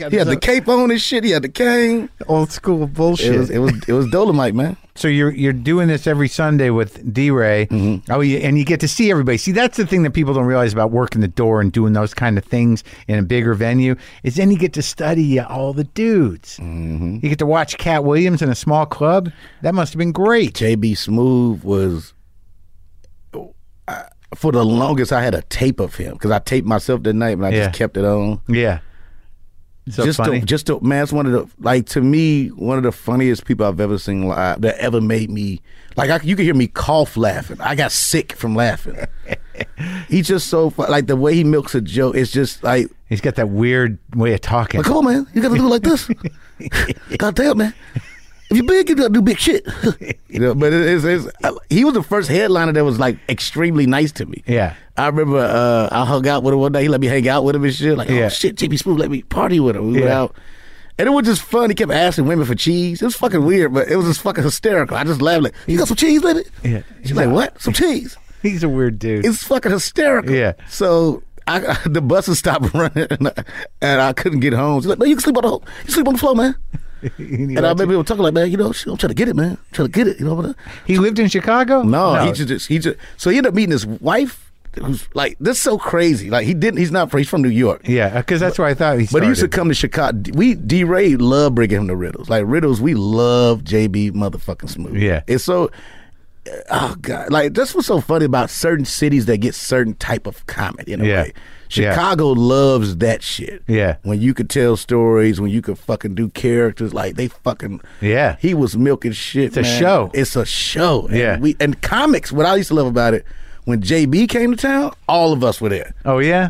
D: He had the cape on and shit. He had the cane.
A: old school
D: It
A: bullshit.
D: was, it was, it was Dolomite, man.
A: so you're you're doing this every Sunday with D Ray. Oh, yeah, and you get to see everybody. See, that's the thing that people don't realize about working the door and doing those kind of things in a bigger venue is then you get to study uh, all the dudes. You get to watch Cat Williams in a small club. That must have been great.
D: JB Smooth was, I, for the longest, I had a tape of him because I taped myself that night and I
A: Yeah.
D: just kept it on.
A: Yeah. So
D: just
A: funny.
D: The, just the man, it's one of the like to me one of the funniest people I've ever seen live that ever made me like I, you could hear me cough laughing. I got sick from laughing. He's just so fu- like the way he milks a joke. It's just like,
A: He's got that weird way of talking.
D: like, come on, man, you got to do it like this. God damn, man. If you big, you gotta do big shit. you know, but it is, it's, I- he was the first headliner that was like extremely nice to me.
A: Yeah.
D: I remember uh, I hung out with him one day. He let me hang out with him and shit. Like,
A: Yeah.
D: oh shit, JP Smooth let me party with him. We went
A: Yeah.
D: out. And it was just fun. He kept asking women for cheese. It was fucking weird, but it was just fucking hysterical. I just laughed like, "You got some cheese, baby?"
A: Yeah.
D: She's like, "What? Some cheese?"
A: He's a weird dude.
D: It's fucking hysterical.
A: Yeah.
D: So I, the buses stopped running, and I, and I couldn't get home. She's like, "No, you can sleep on the whole, you sleep on the floor, man."
A: And he
D: And
A: lets you-
D: I remember we were talking like, "Man, you know, shit, I'm trying to get it, man. I'm trying to get it." You know what? I-
A: he lived in Chicago.
D: no, he just- just he just so he ended up meeting his wife, who's like this is so crazy. Like he didn't. He's not. from- He's from New York.
A: Yeah, because that's where I thought he.
D: But he used to
A: started.
D: come to Chicago. We D Ray loved bringing him to Riddles. Like Riddles, we love JB motherfucking Smooth.
A: Yeah.
D: it's so oh god, like that's what's so funny about certain cities that get certain type of comedy in a
A: Yeah.
D: way. Chicago loves that shit.
A: Yeah.
D: when you could tell stories, when you could fucking do characters, like they fucking
A: Yeah.
D: He was milking shit. It's
A: a show.
D: It's a show. And
A: Yeah.
D: we and comics. What I used to love about it when JB came to town, all of us were there.
A: Oh yeah,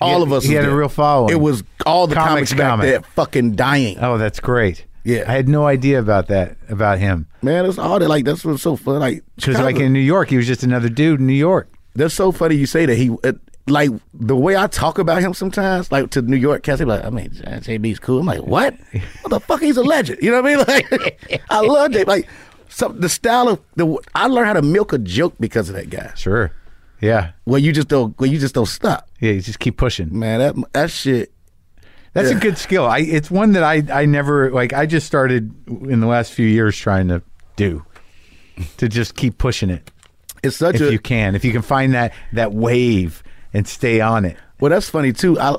D: All
A: He-
D: of us.
A: He
D: was
A: had a
D: there.
A: real following.
D: It was all the
A: Comics
D: comics, back
A: comic.
D: there fucking dying.
A: Oh, that's great.
D: Yeah.
A: I had no idea about that about him
D: Man, it's all that. Like that's what's so fun. Like
A: because like
D: Chicago-
A: in New York, he was just another dude in New York.
D: That's so funny you say that. He it, like the way I talk about him sometimes, like to New York cats, they be like, I mean, J- JB's cool. I'm like, what? What the fuck? He's a legend. You know what I mean? Like, I love J. Like, some the style of the I learned how to milk a joke because of that guy.
A: Sure. Yeah.
D: Where you just don't, where you just don't stop.
A: Yeah. You just keep pushing.
D: Man, that that shit.
A: That's a good skill. I it's one that I I never like. I just started in the last few years trying to do to just keep pushing it
D: It's such
A: if
D: a
A: you can if you can find that that wave and stay on it.
D: Well, that's funny too. I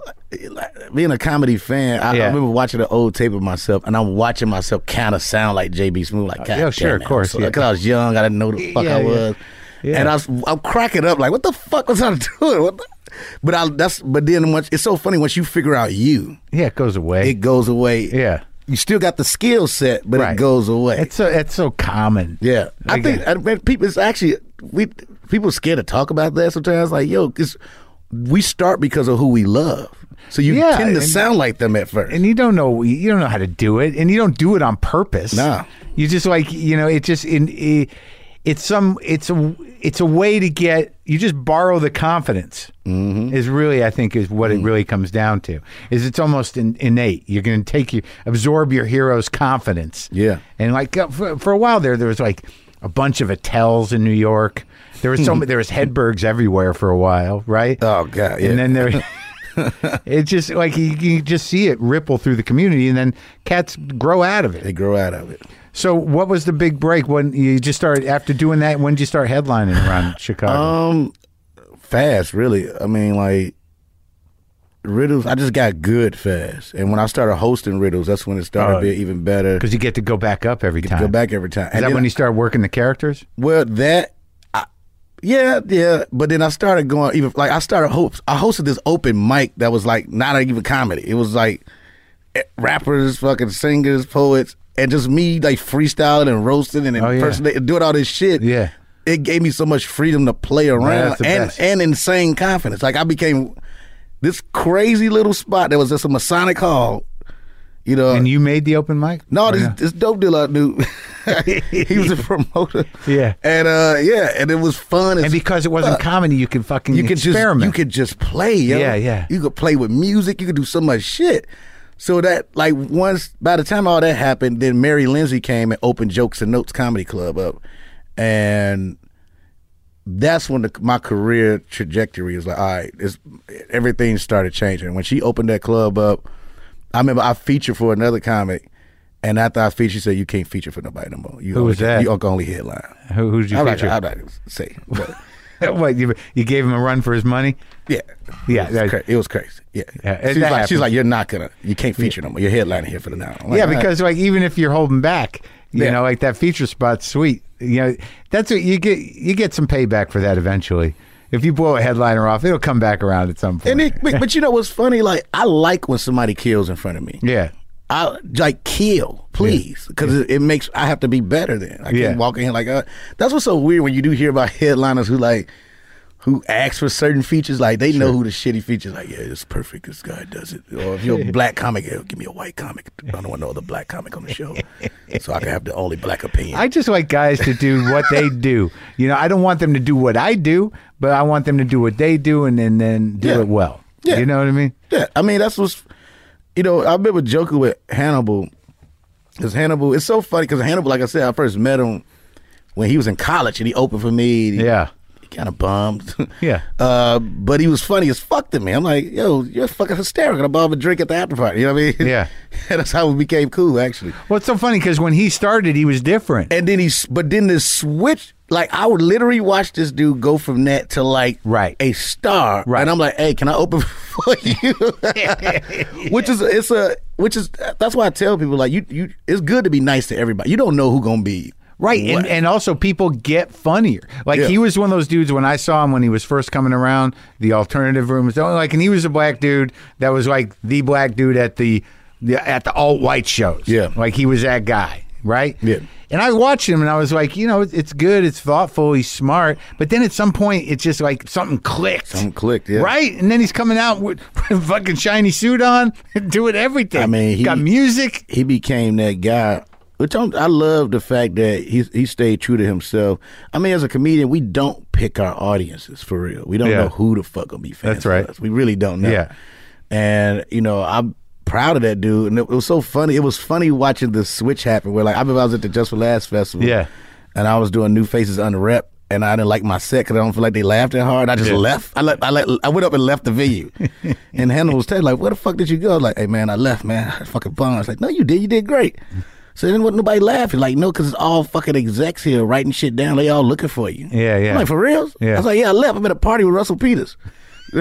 D: being a comedy fan, I,
A: Yeah.
D: I remember watching an old tape of myself, and I'm watching myself kind of sound like JB Smooth. Like, God
A: Uh, yeah, sure,
D: damn
A: of
D: it.
A: course,
D: So,
A: yeah.
D: Cause I was young, I didn't know the fuck
A: Yeah,
D: I
A: yeah.
D: was,
A: Yeah.
D: and I was, I'm cracking up like, what the fuck was I doing? What the? But I that's but then once it's so funny once you figure out you,
A: Yeah, it goes away.
D: it goes away.
A: yeah.
D: you still got the skill set, but
A: Right.
D: it goes away.
A: It's so it's so common.
D: Yeah, I
A: Okay.
D: think I mean, people. It's actually we people are scared to talk about that sometimes. Like, yo, 'cause we start because of who we love, so you
A: Yeah,
D: tend to
A: and-
D: sound like them at first.
A: and you don't know you don't know how to do it and you don't do it on purpose
D: Nah.
A: you just like you know it just in it, it's some it's a it's a way to get you just borrow the confidence
D: Mm-hmm.
A: is really i think is what
D: Mm.
A: it really comes down to is it's almost in, innate you're going to take you absorb your hero's confidence
D: Yeah.
A: and like uh, for, for a while there there was like a bunch of attels in new york there was so
D: Hmm.
A: many, there was Hedbergs everywhere for a while, right?
D: Oh, God, yeah.
A: And then there, it's just like you, you just see it ripple through the community, and then cats grow out of
D: they
A: it.
D: grow out of it.
A: So, what was the big break when you just started after doing that? When did you start headlining around Chicago?
D: Um, fast, really. I mean, like riddles. I just got good fast, and when I started hosting riddles, that's when it started
A: Oh.
D: to be even better.
A: Because you get to go back up every time.
D: Go back every time.
A: Is that when you started working the characters?
D: Well, that, I, yeah, yeah. But then I started going even like I started hopes. I hosted this open mic that was like not even comedy. It was like eh, rappers, fucking singers, poets, and just me like freestyling and roasting and
A: Oh, yeah.
D: impersonating, doing all this shit.
A: Yeah.
D: it gave me so much freedom to play around
A: that's the
D: and
A: best.
D: and insane confidence. Like I became this crazy little spot that was just a Masonic hall. You know,
A: And you made the open mic?
D: Uh, no,
A: Or
D: this, this dope dealer I knew. he was a promoter.
A: Yeah.
D: And uh yeah, and it was fun as
A: And because it wasn't
D: fuck.
A: comedy, you could fucking
D: uh, you could
A: experiment.
D: just you could just play, yo.
A: Yeah, yeah.
D: You could play with music, you could do so much shit. So that like once by the time all that happened, then Mary Lindsay came and opened Jokes and Notes Comedy Club up. And that's when the, my career trajectory is like, all right, it's, everything started changing. When she opened that club up, I remember I featured for another comic, and after I featured, she said, "You can't feature for nobody no more. You
A: Who
D: only-
A: was that?
D: You can only headline."
A: Who, who'd you
D: I'm not,
A: feature?
D: I'm not gonna say, but uh,
A: what, you, you gave him a run for his money?
D: yeah,
A: Yeah,
D: it
A: that-
D: was, cra- it was crazy. Yeah,
A: Yeah, it-
D: she's
A: that
D: like, she's
A: happens.
D: like, "You're not gonna, you can't feature no more. You're headlining here for the now." I'm like,
A: yeah,
D: "All right."
A: because like even if you're holding back, you
D: Yeah.
A: know, like that feature spot's sweet. You know, that's what you get. You get some payback for that eventually. If you blow a headliner off, it'll come back around at some point.
D: and it, but, but you know what's funny? Like I like when somebody kills in front of me.
A: yeah,
D: I like kill, please, because it, it makes I have to be better. Then I
A: Yeah.
D: can't walk in here like uh, that's what's so weird when you do hear about headliners who like who ask for certain features. Like they know who the shitty features. Like yeah, it's perfect. This guy does it. Or if you're a black comic, "Yeah, give me a white comic. I don't want no other black comic on the show, so I can have the only black opinion.
A: I just like guys to do what they do. You know, I don't want them to do what I do, but I want them to do what they do and then then do
D: Yeah.
A: it well.
D: Yeah.
A: You know what I mean?
D: Yeah, I mean that's what's, you know, I remember joking with Hannibal, because Hannibal, it's so funny because Hannibal, like I said, I first met him when he was in college and he opened for me. and he-
A: Yeah.
D: he kind of bummed.
A: Yeah.
D: uh, but he was funny as fuck to me. I'm like, yo, you're fucking hysterical. I bought him a drink at the after party. You know what I mean?
A: Yeah.
D: and that's how we became cool, actually.
A: Well, it's so funny because when he started, he was different.
D: And then he, s- but then the switch, like I would literally watch this dude go from that to like
A: Right.
D: a star,
A: Right.
D: And I'm like, hey, can I open for you? which is it's a which is that's why I tell people like you you it's good to be nice to everybody. You don't know who gonna be
A: Right. And, and also, people get funnier. Like,
D: Yeah.
A: he was one of those dudes when I saw him when he was first coming around, the alternative room was like, and he was a black dude that was like the black dude at the, the at the alt white shows.
D: Yeah.
A: Like, he was that guy. Right.
D: Yeah.
A: And I watched him and I was like, you know, it's- it's good. It's thoughtful. He's smart. But then at some point, it's just like something clicked.
D: Something clicked, yeah.
A: Right. And then he's coming out with, with a fucking shiny suit on, doing everything.
D: I mean, he-
A: got music.
D: he became that guy. Which I'm, I love the fact that he he stayed true to himself. I mean, as a comedian, we don't pick our audiences for real. We don't
A: Yeah.
D: know who the fuck gonna be fans.
A: That's right.
D: of us. We really don't know.
A: Yeah.
D: And you know, I'm proud of that dude. And it, was so funny. It was funny watching the switch happen. Where like I remember I was at the Just for Last festival.
A: Yeah.
D: And I was doing New Faces under rep. And I didn't like my set because I don't feel like they laughed that hard. I just
A: Yeah.
D: left. I let, I let, I went up and left the venue. and Hannah was telling like, "Where the fuck did you go?" I was like, "Hey man, I left, man. I fucking bummed." I was like, "No, you did. You did great." So then, what? Nobody laughing. Like, no, because it's all fucking execs here writing shit down. They all looking for you.
A: Yeah, yeah.
D: I'm like for reals.
A: Yeah.
D: I was like, "Yeah, I left. I'm at a party with Russell Peters."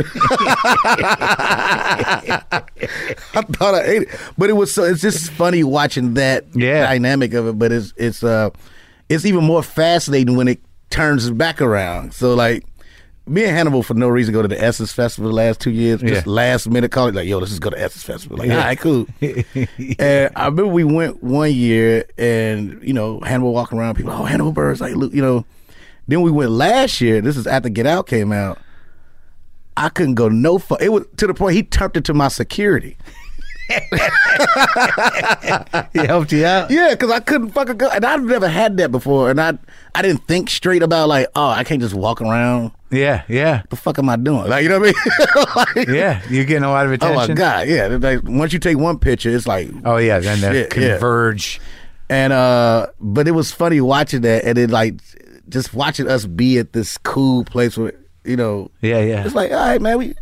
D: I thought I ate it, but it was so. It's just funny watching that
A: Yeah.
D: dynamic of it. But it's it's uh, it's even more fascinating when it turns back around. So like, me and Hannibal for no reason go to the Essence Festival the last two years. Just
A: Yeah.
D: last minute call it like, yo, let's just go to Essence Festival. Like, all right, cool. and I remember we went one year, and you know Hannibal walking around, people, oh Hannibal Burrs, like, look, you know. Then we went last year. This is after Get Out came out. I couldn't go no far. It was to the point he turned it to my security.
A: He helped you out.
D: Yeah, because I couldn't fucking go, and I've never had that before, and I I didn't think straight about like, oh, I can't just walk around.
A: Yeah. Yeah.
D: The fuck am I doing? Like, you know what I mean? Like,
A: Yeah, you're getting a lot of
D: Oh
A: attention.
D: my god, yeah. they're Like, once you take one picture, it's like,
A: Oh yeah, then they
D: Shit, yeah.
A: converge.
D: and uh, but it was funny watching that, and it like just watching us be at this cool place where you know,
A: Yeah, yeah.
D: It's like, all right, man, we.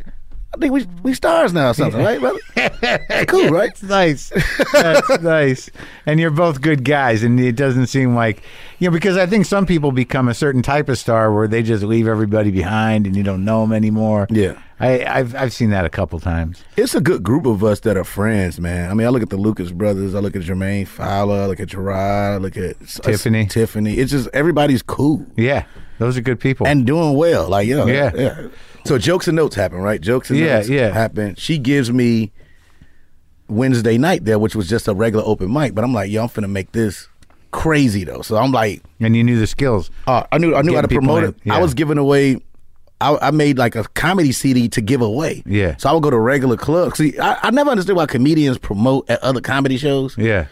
D: I think we we stars now or something, right, brother? It's cool, right?
A: It's nice. That's nice. And you're both good guys, and it doesn't seem like you know because I think some people become a certain type of star where they just leave everybody behind, and you don't know them anymore.
D: Yeah.
A: I, I've I've seen that a couple times.
D: It's a good group of us that are friends, man. I mean, I look at the Lucas brothers, I look at Jermaine Fowler, I look at Gerard, I look at
A: Tiffany.
D: Tiffany. It's just everybody's cool
A: Yeah, those are good people.
D: and doing well. Like, yeah,
A: Yeah.
D: yeah. So jokes and notes happen, right? Jokes and
A: Yeah,
D: notes
A: yeah.
D: happen. She gives me Wednesday night there, which was just a regular open mic, but I'm like, yo, I'm finna make this crazy though. So I'm like,
A: and you knew the skills.
D: uh, I knew I knew how to
A: Getting people
D: promote
A: in,
D: it.
A: yeah.
D: I was giving away. I, I made like a comedy CD to give away.
A: Yeah.
D: So I would go to regular clubs. See, I, I never understood why comedians promote at other comedy shows.
A: Yeah,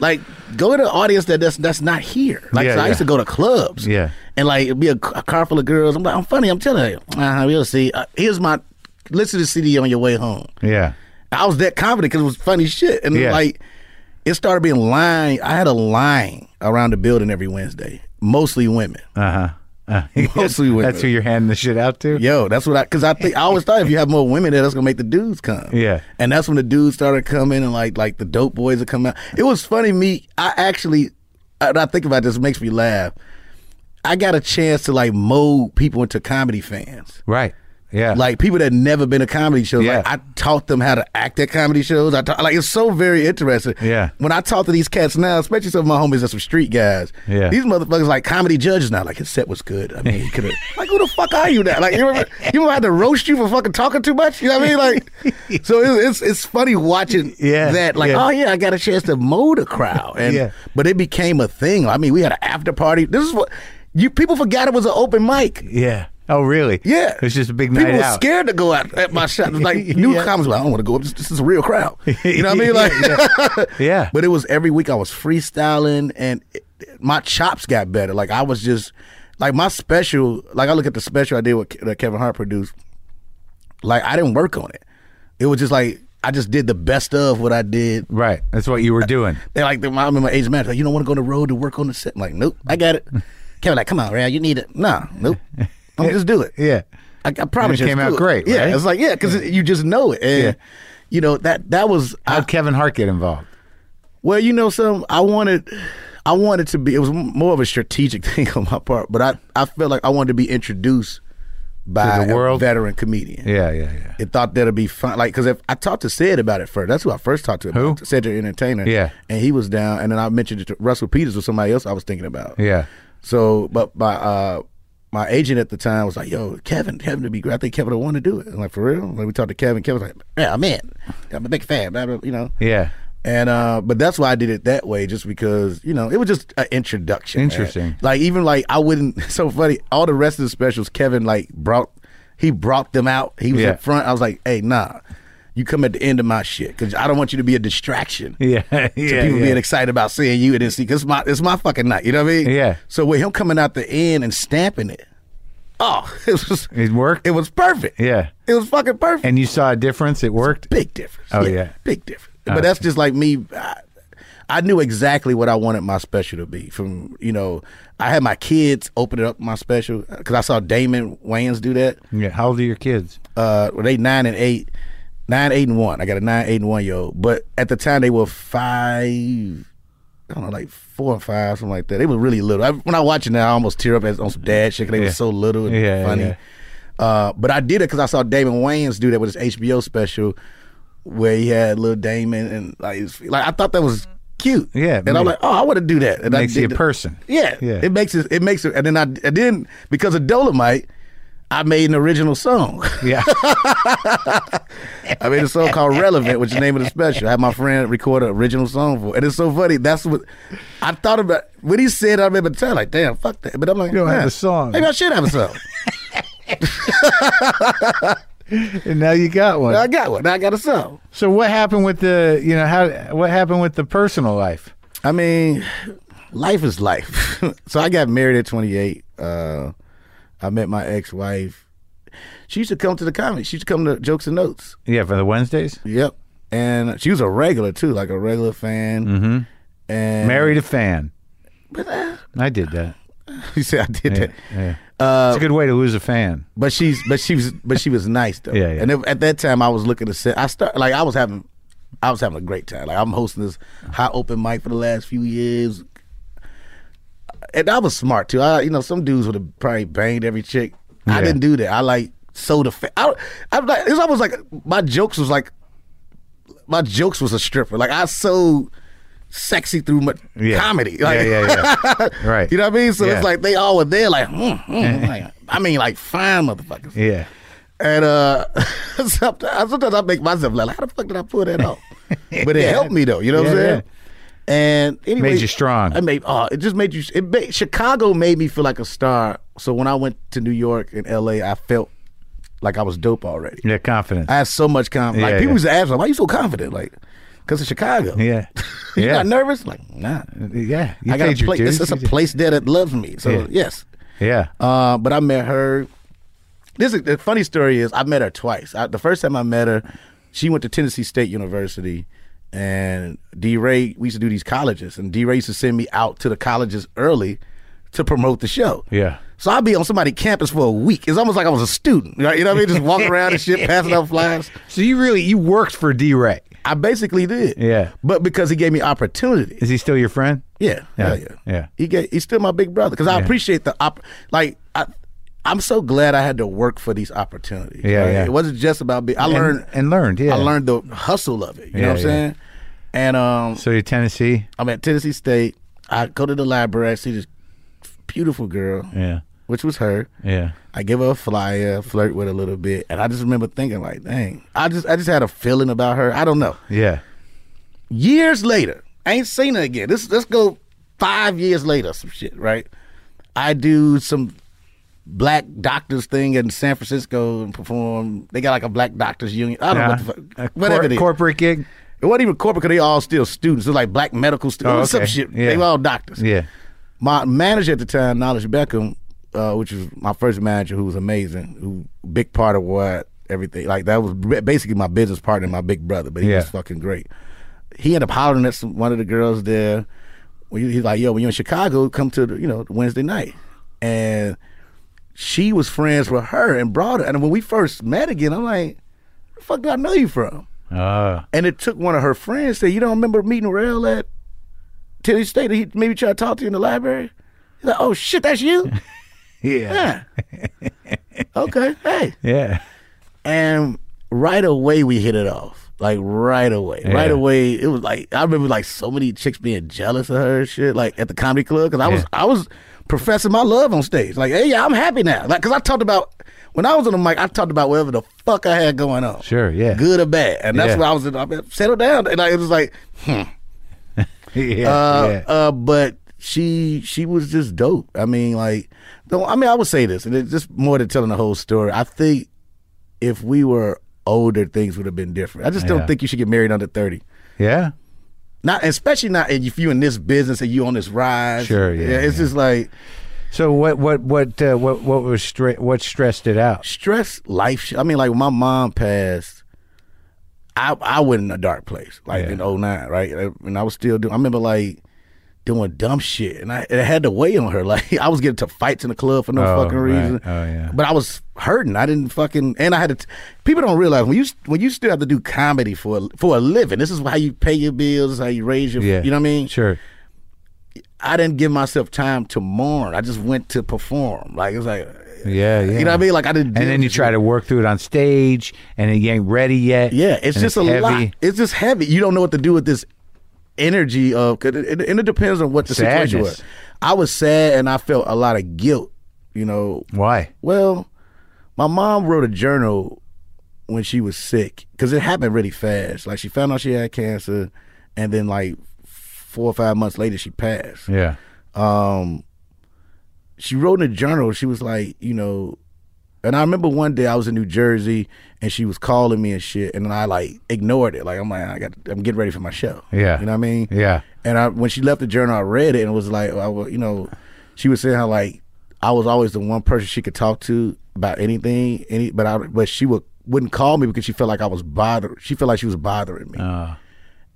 D: Like, go to the audience that that's that's not here. Like,
A: Yeah,
D: so I
A: yeah.
D: used to go to clubs.
A: Yeah.
D: And like, it'd be a, a car full of girls. I'm like, I'm funny. I'm telling you. Uh-huh, you'll see. Uh, here's my listen to the CD on your way home.
A: yeah,
D: I was that confident because it was funny shit. And
A: Yeah.
D: like, it started being line. I had a line around the building every Wednesday, mostly women.
A: uh huh.
D: Mostly women.
A: That's who you're handing the shit out to.
D: Yo, that's what I because I think I always thought if you have more women there, that's gonna make the dudes come.
A: Yeah.
D: and that's when the dudes started coming and like like the dope boys would come out. It was funny. Me, I actually, and I think about this, it makes me laugh. I got a chance to like mold people into comedy fans.
A: Right. Yeah.
D: Like people that never been to comedy shows.
A: Yeah.
D: Like I taught them how to act at comedy shows. I taught, like it's so very interesting.
A: Yeah.
D: When I talk to these cats now, especially some of my homies that's some street guys.
A: Yeah.
D: These motherfuckers like comedy judges now. Like his set was good. I mean, he could have like who the fuck are you now? Like you remember you remember I had to roast you for fucking talking too much. You know what I mean? Like so it, it's it's funny watching
A: Yeah,
D: that. Like
A: yeah.
D: oh yeah, I got a chance to mold a crowd. And
A: Yeah.
D: but it became a thing. I mean, we had an after party. This is what. You people forgot it was an open mic.
A: yeah. Oh really?
D: Yeah,
A: It's just a big
D: People
A: night
D: were
A: out.
D: scared to go out at my shop. Like newcomers, like I don't want to go up. This, this is a real crowd. You know what I mean? Like,
A: Yeah.
D: But it was every week. I was freestyling, and it, my chops got better. Like I was just like my special. Like I look at the special I did with that Kevin Hart produced. Like I didn't work on it. It was just like I just did the best of what I did.
A: Right. That's what you were doing.
D: They like the mom and my age manager. Like, you don't want to go on the road to work on the set. I'm like, nope, I got it. Kevin, like, come on, Ray, you need it. Nah, nope. I'm just do it.
A: Yeah.
D: I, I promise
A: And it
D: you,
A: came
D: it's
A: out
D: good.
A: great,
D: Yeah,
A: right?
D: it's like yeah, because you just know it. And,
A: Yeah.
D: you know that that was I,
A: How'd Kevin Hart get involved?
D: well, you know, some I wanted, I wanted to be. It was more of a strategic thing on my part, but I I felt like I wanted to be introduced by
F: the world?
D: a veteran comedian.
A: Yeah, yeah, yeah.
D: It thought that'd be fun, like because if I talked to Sid about it first, that's who I first talked to. About,
A: Who?
D: it, Cedric Entertainer.
A: Yeah.
D: and he was down, and then I mentioned it to Russell Peters or somebody else I was thinking about.
A: Yeah.
D: So, but my uh, my agent at the time was like, "Yo, Kevin, Kevin would be great. I think Kevin would want to do it." I'm like, "For real?" Like we talked to Kevin. Kevin's like, "Yeah, I'm in. I'm a big fan." Blah, blah, you know.
A: Yeah.
D: And uh, but that's why I did it that way, just because you know it was just an introduction. man.
A: Interesting.
D: Like even like I wouldn't. So funny. All the rest of the specials, Kevin like brought he brought them out. He was
A: Yeah.
D: in front. I was like, "Hey, nah." You come at the end of my shit because I don't want you to be a distraction
A: Yeah. yeah.
D: to people
A: yeah.
D: being excited about seeing you and then see, cause it's my it's my fucking night. You know what I mean?
A: Yeah.
D: So with him coming out the end and stamping it, oh, it was
A: It worked?
D: It was perfect.
A: Yeah.
D: it was fucking perfect.
A: and you saw a difference. It worked.
D: big difference.
A: Oh, yeah.
D: big difference. But that's just like me. I, I knew exactly what I wanted my special to be. From you know, I had my kids open up my special because I saw Damon Wayans do that.
A: Yeah. How old are your kids?
D: Uh, well, they nine and eight, nine, eight and one. I got a nine, eight and one year old. But at the time, they were five. I don't know, like four or five, something like that. They were really little. I, when I watch it now, I almost tear up as, on some dad shit because they
A: Yeah.
D: were so little and
A: Yeah,
D: funny.
A: yeah.
D: Uh, but I did it because I saw Damon Wayans do that with his HBO special, where he had little Damon and like, his- like I thought that was cute.
A: Yeah,
D: and I'm
A: ma-
D: like, oh, I want to do that. And I
A: Makes you
D: did
A: a
D: the-
A: person.
D: yeah,
A: Yeah.
D: It makes it. It makes it. And then I and then because of Dolomite, I made an original song.
A: Yeah.
D: I made a song called Relevant, which is the name of the special. I had my friend record an original song for, it. and it's so funny. That's what I thought about when he said. I remember the time, like, damn, fuck that. But I'm like,
A: You don't have
D: "Man,
A: a song."
D: Maybe I should have a song.
A: and now you got one.
D: Now I got one. Now I got a song.
A: So what happened with the you know how what happened with the personal life?
D: I mean, life is life. so I got married at 28. Uh, I met my ex-wife. She used to come to the comedy. She used to come to Jokes and Notes.
A: Yeah, for the Wednesdays.
D: Yep. And she was a regular too, like a regular fan. Mm-hmm. And
A: Married a fan. I did that.
D: You said I did Uh, that.
A: Yeah. it's a good way to lose a fan.
D: But she's but she was but she was nice though.
A: Yeah, yeah.
D: And it, at that time, I was looking to set. I start like I was having, I was having a great time. Like I'm hosting this hot open mic for the last few years, and I was smart too. I you know some dudes would have probably banged every chick.
A: Yeah.
D: I didn't do that. I like soda. Fa- I, I'm like it's almost like my jokes was like my jokes was a stripper. Like I so sexy through my
A: Yeah.
D: comedy. Like,
A: yeah, yeah, yeah. right.
D: You know what I mean? So
A: Yeah.
D: it's like they all were there, like, hmm, hmm, like, I mean, like fine motherfuckers.
A: Yeah.
D: And uh, sometimes, sometimes I make myself like, how the fuck did I pull that off? But it helped me though. You know what
A: Yeah,
D: I'm saying? And anyway,
A: you strong.
D: I made. Oh, it just made you. It made Chicago made me feel like a star. So when I went to New York and L.A., I felt like I was dope already.
A: Yeah. Confidence.
D: I had so much confidence.
A: Yeah,
D: like people
A: yeah.
D: used to ask, like, "Why you so confident?" Like, because of Chicago.
A: yeah.
D: You
A: yeah.
D: not nervous? Like, nah.
A: yeah. You
D: I got
A: paid
D: a
A: your
D: place. It's,
A: dues.
D: it's a
A: You did-
D: place there that loves me. So
A: Yeah.
D: yes.
A: Yeah.
D: Uh, but I met her. This is the funny story is I met her twice. I, the first time I met her, she went to Tennessee State University, and D. Ray we used to do these colleges, and D. Ray used to send me out to the colleges early to promote the show.
A: Yeah.
D: So I'd be on somebody's campus for a week. It's almost like I was a student. Right? You know what I mean? Just walking around and shit, passing out flyers.
A: So you really you worked for D Ray.
D: I basically did.
A: Yeah.
D: But because he gave me opportunity.
A: Is he still your friend?
D: Yeah,
A: Yeah,
D: yeah,
A: yeah.
D: He get, he's still my big brother because I appreciate the op. Like I, I'm so glad I had to work for these opportunities.
A: Yeah,
D: right?
A: yeah.
D: It wasn't just about being. I learned
A: and learned, yeah.
D: I learned the hustle of it. You
A: Yeah,
D: know what I'm
A: yeah.
D: saying? And um,
A: So you're Tennessee.
D: I'm at Tennessee State. I go to the library. I see this beautiful girl,
A: Yeah.
D: which was her.
A: Yeah.
D: I give her a flyer, flirt with her a little bit, and I just remember thinking like, dang, I just I just had a feeling about her. I don't know.
A: Yeah.
D: years later, I ain't seen her again. This let's go five years later, some shit, right? I do some black doctors thing in San Francisco and perform. They got like a black doctors union. I don't
A: Yeah.
D: know what the
A: A
D: fuck, whatever
A: cor-
D: it is.
A: corporate gig.
D: it wasn't even corporate because they all still students. It was like black medical students.
A: Oh,
D: It was
A: okay.
D: Some shit.
A: Yeah.
D: They were all doctors.
A: Yeah.
D: My manager at the time, Knowledge Beckham, uh, which was my first manager, who was amazing, who big part of what everything like that was ba- basically my business partner, my big brother, but he
A: Yeah.
D: was fucking great. He ended up hollering at some, one of the girls there. When he- He's like, "Yo, when you're in Chicago, come to the, you know Wednesday night," and she was friends with her and brought her. And when we first met again, I'm like, "Where the fuck do I know you from?"
A: Oh.
D: And it took one of her friends to say, You don't remember meeting Rail at Tennessee State? He maybe tried to talk to you in the library? He's like, Oh shit, that's you?
A: Yeah.
D: Yeah. okay, hey.
A: Yeah.
D: And right away we hit it off. Like right away. Right
A: Yeah.
D: away. It was like I remember like so many chicks being jealous of her and shit, like at the comedy club. Cause I was
A: Yeah.
D: I was professing my love on stage. Like, hey, I'm happy now. Like, cause I talked about when I was on the mic, I talked about whatever the fuck I had going on.
A: Sure, yeah.
D: Good or bad. And that's
A: Yeah.
D: what I was in. I mean, settle down. And I, it was like,
A: Yeah.
D: uh,
A: yeah.
D: uh, but she she was just dope. I mean, like, do I mean, I would say this, and it's just more than telling the whole story. I think if we were older, things would have been different. I just don't
A: Yeah.
D: think you should get married under thirty.
A: yeah.
D: Not especially not if you in this business and you on this rise.
A: Sure, yeah,
D: it's
A: yeah.
D: just like
A: So what what what uh, what what was stre- what stressed it out?
D: stress, life. Shit. I mean, like when my mom passed. I, I went in a dark place, like
A: Yeah.
D: in '09, right? And I was still doing, I remember like doing dumb shit. And I, it had to weigh on her. Like, I was getting to fights in the club for no
A: Oh,
D: fucking
A: right.
D: reason.
A: Oh, yeah.
D: But I was hurting. I didn't fucking, and I had to, t- people don't realize when you when you still have to do comedy for, a- for a living, this is how you pay your bills, this is how you raise your,
A: Yeah.
D: you know what I mean?
A: Sure.
D: I didn't give myself time to mourn. I just went to perform. Like, it was like,
A: Yeah, yeah.
D: you know what I mean? Like, I didn't
A: And then you try to work through it on stage, and it ain't ready yet.
D: Yeah, it's
A: and
D: just a
A: heavy.
D: lot. It's just heavy. You don't know what to do with this energy of, 'cause it, it- and it depends on what the situation
A: Sadness.
D: was. I was sad and I felt a lot of guilt. You know,
A: Why?
D: well, my mom wrote a journal when she was sick because it happened really fast. Like she found out she had cancer, and then like four or five months later she passed
A: Yeah.
D: she wrote in a journal. She was like, you know, and I remember one day I was in New Jersey and she was calling me and shit, and then I like ignored it. Like I'm like I got I'm getting ready for my show.
A: Yeah.
D: you know what I mean.
A: Yeah.
D: And I when she left the journal, I read it and it was like, I, wa- you know, she was saying how like I was always the one person she could talk to about anything, any but I but she would wouldn't call me because she felt like I was bothered. She felt like she was bothering me,
A: Uh,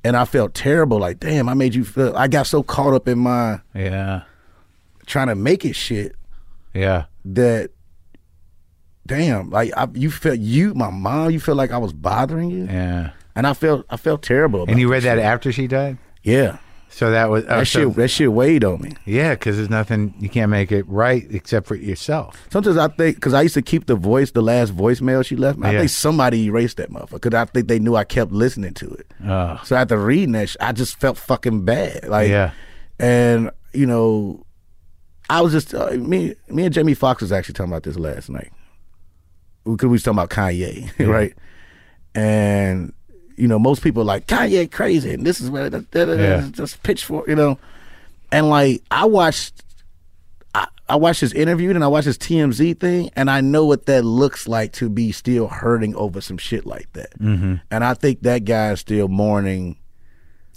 D: and I felt terrible. Like damn, I made you feel. I got so caught up in my
A: yeah.
D: trying to make it shit
A: Yeah.
D: that damn like I, you felt you my mom you felt like i was bothering you
A: Yeah.
D: and i felt i felt terrible about
A: And you read
D: this
A: that after she died.
D: shit. yeah
A: So that was oh,
D: that
A: so-
D: shit that shit weighed on me
A: Yeah, because there's nothing you can't make it right except for yourself.
D: sometimes i think because i used to keep the voice the last voicemail she left me i
A: Yeah.
D: think somebody erased that motherfucker because i think they knew i kept listening to it
A: Uh.
D: so after reading that sh- i just felt fucking bad like
A: Oh. Yeah.
D: and you know i was just uh, me me and jamie foxx was actually talking about this last night because we was talking about kanye right and you know most people are like Kanye crazy and this is what da, da, da, da,
A: Yeah.
D: just pitchfork you know and like I watched I, I watched his interview and I watched his TMZ thing and I know what that looks like to be still hurting over some shit like that and I think that guy is still mourning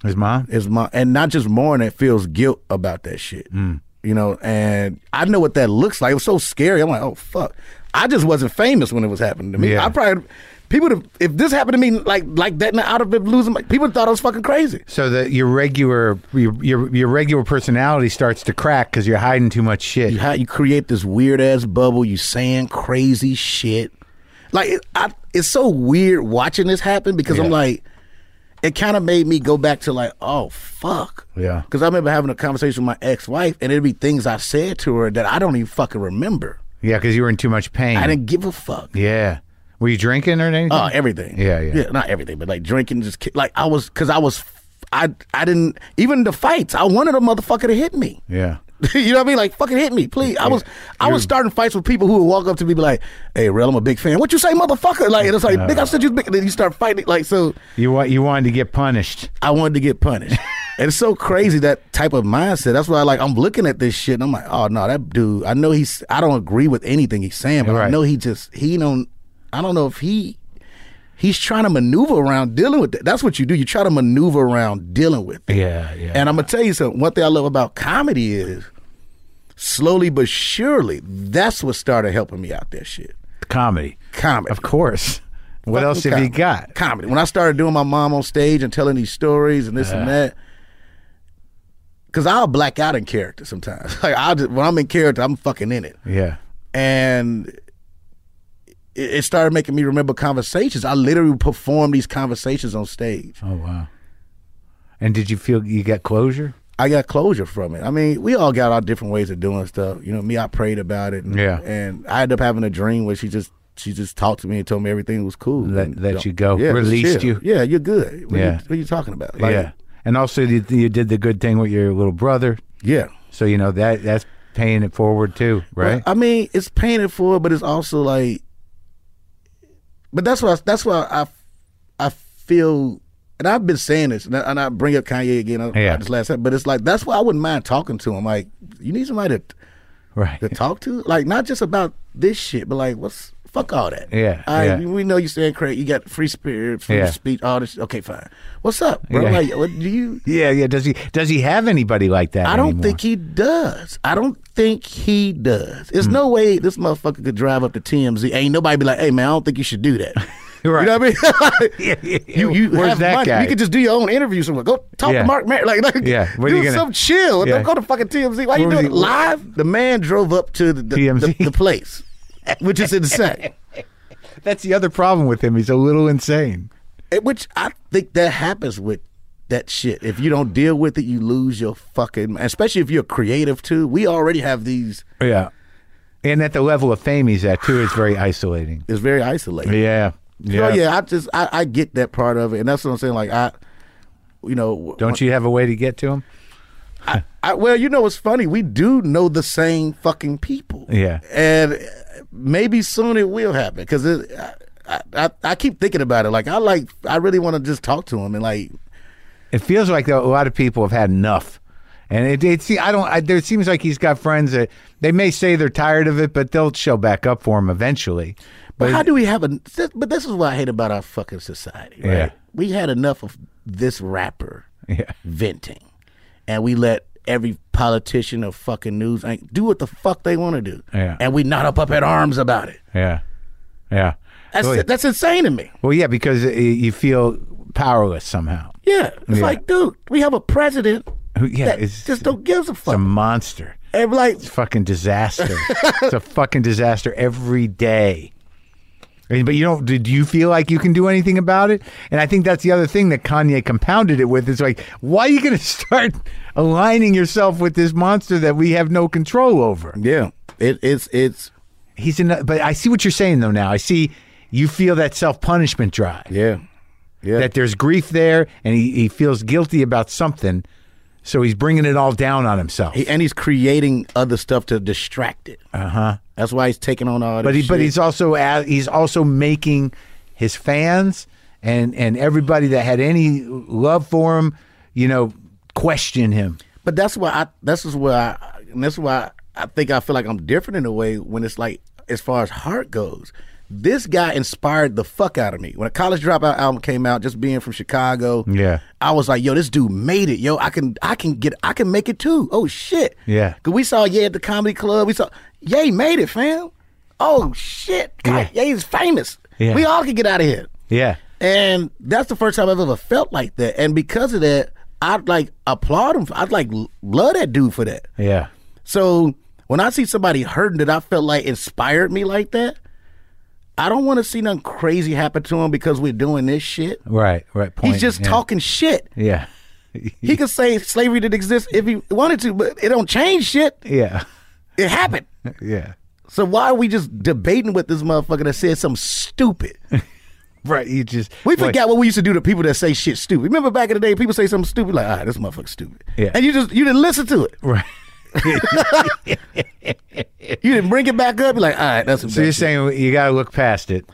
A: His mom.
D: his mom and not just mourning feels guilt about that shit you know and I know what that looks like it was so scary I'm like oh fuck I just wasn't famous when it was happening to me
A: Yeah.
D: I probably people would've- if this happened to me like like that and out of it losing my, people thought I was fucking crazy
A: So that your regular your, your your regular personality starts to crack because you're hiding too much shit.
D: you how you create this weird ass bubble. You saying crazy shit. Like it, I, it's so weird watching this happen because
A: Yeah.
D: I'm like, it kind of made me go back to like, oh fuck.
A: Yeah.
D: Because I remember having a conversation with my ex wife, and it'd be things I said to her that I don't even fucking remember.
A: Yeah, because you were in too much pain.
D: I didn't give a fuck.
A: Mm. Yeah. Were you drinking or anything?
D: Oh, everything.
A: Yeah, yeah.
D: Yeah, not everything, but like drinking, just ki- like I was, because I was, I, I didn't, even the fights, I wanted a motherfucker to hit me.
A: yeah.
D: you know what I mean? Like fucking hit me, please. I was I was starting fights with people who would walk up to me and be like, "Hey, Rel, I'm a big fan. What you say, motherfucker?" Like and it's like, "Nigga, I said you was big." And then you start fighting. Like so,
A: You want you wanted to get punished.
D: I wanted to get punished. and it's so crazy that type of mindset. That's why like I'm looking at this shit and I'm like, "Oh no, that dude. I know he's. I don't agree with anything he's saying, but I
A: Right.
D: know he just he don't. I don't know if he." He's trying to maneuver around dealing with that. That's what you do. You try to maneuver around dealing with it.
A: Yeah, yeah.
D: And I'm gonna tell you something. One thing I love about comedy is slowly but surely. That's what started helping me out. That shit,
A: comedy.
D: comedy.
A: Of course. What
D: Fucking
A: else have you
D: comedy.
A: got?
D: Comedy. When I started doing my mom on stage and telling these stories and this and that, because I'll black out in character sometimes. Like I just when I'm in character, I'm fucking in it.
A: Yeah.
D: and it, it started making me remember conversations. I literally performed these conversations on stage.
A: Oh wow. And did you feel you got closure?
D: I got closure from it. I mean, we all got our different ways of doing stuff. You know, me, I prayed about it. And,
A: Yeah.
D: And I ended up having a dream where she just she just talked to me and told me everything was cool.
A: Let-
D: And,
A: let you go.
D: just
A: Released
D: chill.
A: you.
D: Yeah, you're good. What
A: Yeah.
D: You, what are you talking about?
A: yeah. And also, you, you did the good thing with your little brother,
D: Yeah.
A: so you know that that's paying it forward too, right?
D: Well, I mean, it's painted for, but it's also like, but that's why that's why I I feel, and I've been saying this, and I, and I bring up Kanye again. uh,
A: Yeah.
D: This last time, but it's like that's why I wouldn't mind talking to him. Like, you need somebody to,
A: right.
D: to talk to, like not just about this shit, but like what's fuck all that.
A: Yeah,
D: I,
A: yeah.
D: we know you saying crazy. You got free spirit, free
A: Yeah.
D: speech, all this. Okay, fine. What's up, bro?
A: Yeah.
D: Like, what do you?
A: Yeah, yeah. Does he does he have anybody like that?
D: I don't
A: anymore?
D: think he does. I don't think he does. There's
A: Mm.
D: no way this motherfucker could drive up to TMZ. Ain't nobody be like, hey man, I don't think you should do that.
A: Right.
D: You know what I mean?
A: Yeah, yeah, yeah.
D: You, you
A: Where's
D: have
A: that
D: money.
A: guy?
D: You could just do your own interview somewhere. Go talk
A: Yeah.
D: to Mark Maron. Like, like
A: Yeah. What are
D: do
A: you gonna-
D: some chill.
A: Yeah.
D: Don't go to fucking TMZ. Why
A: What
D: you
A: was
D: doing it
A: he-
D: live? The man drove up to the, the,
A: TMZ.
D: the, the place, which is insane.
A: That's the other problem with him. He's a little insane.
D: And Which I think that happens with that shit. If you don't deal with it, you lose your fucking. Especially if you're creative too. We already have these.
A: Yeah. And at the level of fame he's at too, it's very isolating.
D: It's very isolated.
A: Yeah.
D: Yeah. yeah, I just I, I get that part of it, and that's what I'm saying. Like I, you know,
A: Don't you have a way to get to him?
D: I, well, you know, it's funny. We do know the same fucking people.
A: Yeah.
D: and maybe soon it will happen because I, I, I I keep thinking about it. Like I like I really want to just talk to him and like
A: It feels like a lot of people have had enough. And it, it see, I don't. I, there seems like he's got friends that they may say they're tired of it, but they'll show back up for him eventually.
D: But how do we have a? But this is what I hate about our fucking society. Right?
A: Yeah.
D: We had enough of this rapper
A: Yeah.
D: venting, and we let every politician or fucking news anchor do what the fuck they want to do.
A: Yeah.
D: And we not up up at arms about it.
A: Yeah, yeah.
D: That's
A: Really?
D: that's insane to me.
A: Well, yeah, because uh, you feel powerless somehow.
D: Yeah. It's
A: Yeah.
D: like, dude, we have a president
A: Who- Yeah,
D: that
A: it's
D: just don't give a
A: it's a
D: fuck.
A: monster.
D: and like,
A: fucking disaster. it's a fucking disaster every day. And- But you don't. Did you feel like you can do anything about it? And I think that's the other thing that Kanye compounded it with. Is like, why are you going to start aligning yourself with this monster that we have no control over?
D: yeah, it, it's it's
A: He's in. But I see what you're saying though. Now I see you feel that self punishment drive.
D: yeah, yeah.
A: That there's grief there, and he, he feels guilty about something, so he's bringing it all down on himself.
D: He- and he's creating other stuff to distract it.
A: uh huh.
D: That's why he's taking on all.
A: but
D: this
A: he, but
D: shit.
A: he's also a- he's also making his fans and and everybody that had any love for him, you know, question him.
D: But that's why I. This is where I. And that's why I think I feel like I'm different in a way when it's like as far as heart goes. This guy inspired the fuck out of me when a college dropout album came out. Just being from Chicago,
A: Yeah.
D: I was like, "Yo, this dude made it. Yo, I can, I can get, I can make it too. Oh shit,
A: Yeah.
D: Cause we saw Ye at the comedy club. We saw Ye made it, fam. Oh shit, God, Ye's famous.
A: Yeah.
D: We all can get out of here.
A: Yeah,
D: And that's the first time I've ever felt like that. And because of that, I'd like applaud him. I'd like l- love that dude for that.
A: yeah,
D: So when I see somebody hurting that I felt like inspired me like that, I don't want to see nothing crazy happen to him because we're doing this shit.
A: right, right. Point.
D: He's just
A: yeah.
D: talking shit.
A: Yeah,
D: He could say slavery didn't exist if he wanted to, but it don't change shit.
A: yeah,
D: It happened.
A: yeah.
D: So why are we just debating with this motherfucker that said something stupid?
A: Right. You just
D: We
A: like,
D: forgot what we used to do to people that say shit stupid. Remember back in the day, people say something stupid like, "Ah, this motherfucker's stupid,"
A: Yeah.
D: and you just you didn't listen to it.
A: Right.
D: You didn't bring it back up. You're like, "All right, that's some
A: So
D: dumb
A: you're
D: shit."
A: saying you got to look past it.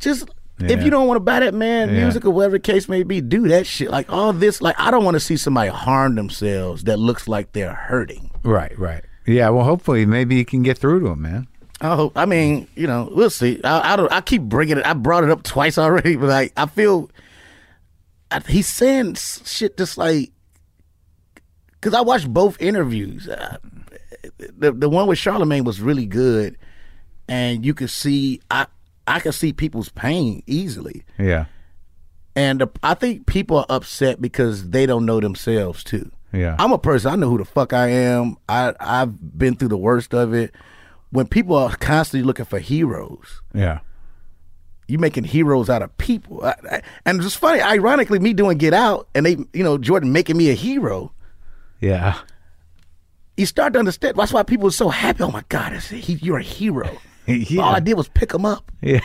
D: just
A: Yeah.
D: if you don't want to buy that man
A: Yeah.
D: music or whatever the case may be, do that shit. Like all this, like I don't want to see somebody harm themselves that looks like they're hurting.
A: Right. Right. Yeah. Well, hopefully, maybe you can get through to him, man.
D: I hope. I mean, you know, we'll see. I, I don't. I keep bringing it. I brought it up twice already, but like I feel I, he's saying s- shit just like because I watched both interviews. Uh, the the one with Charlemagne was really good, and you could see I I could see people's pain easily,
A: Yeah.
D: and the, I think people are upset because they don't know themselves too.
A: Yeah.
D: I'm a person. I know who the fuck I am. I I've been through the worst of it. When people are constantly looking for heroes,
A: Yeah.
D: you making heroes out of people. I, I, and it's funny, ironically, me doing Get Out and they, you know, Jordan making me a hero.
A: Yeah.
D: you start to understand. That's why people are so happy. Oh my God, it's, he, you're a hero.
A: Yeah.
D: All I did was pick him up.
A: Yeah.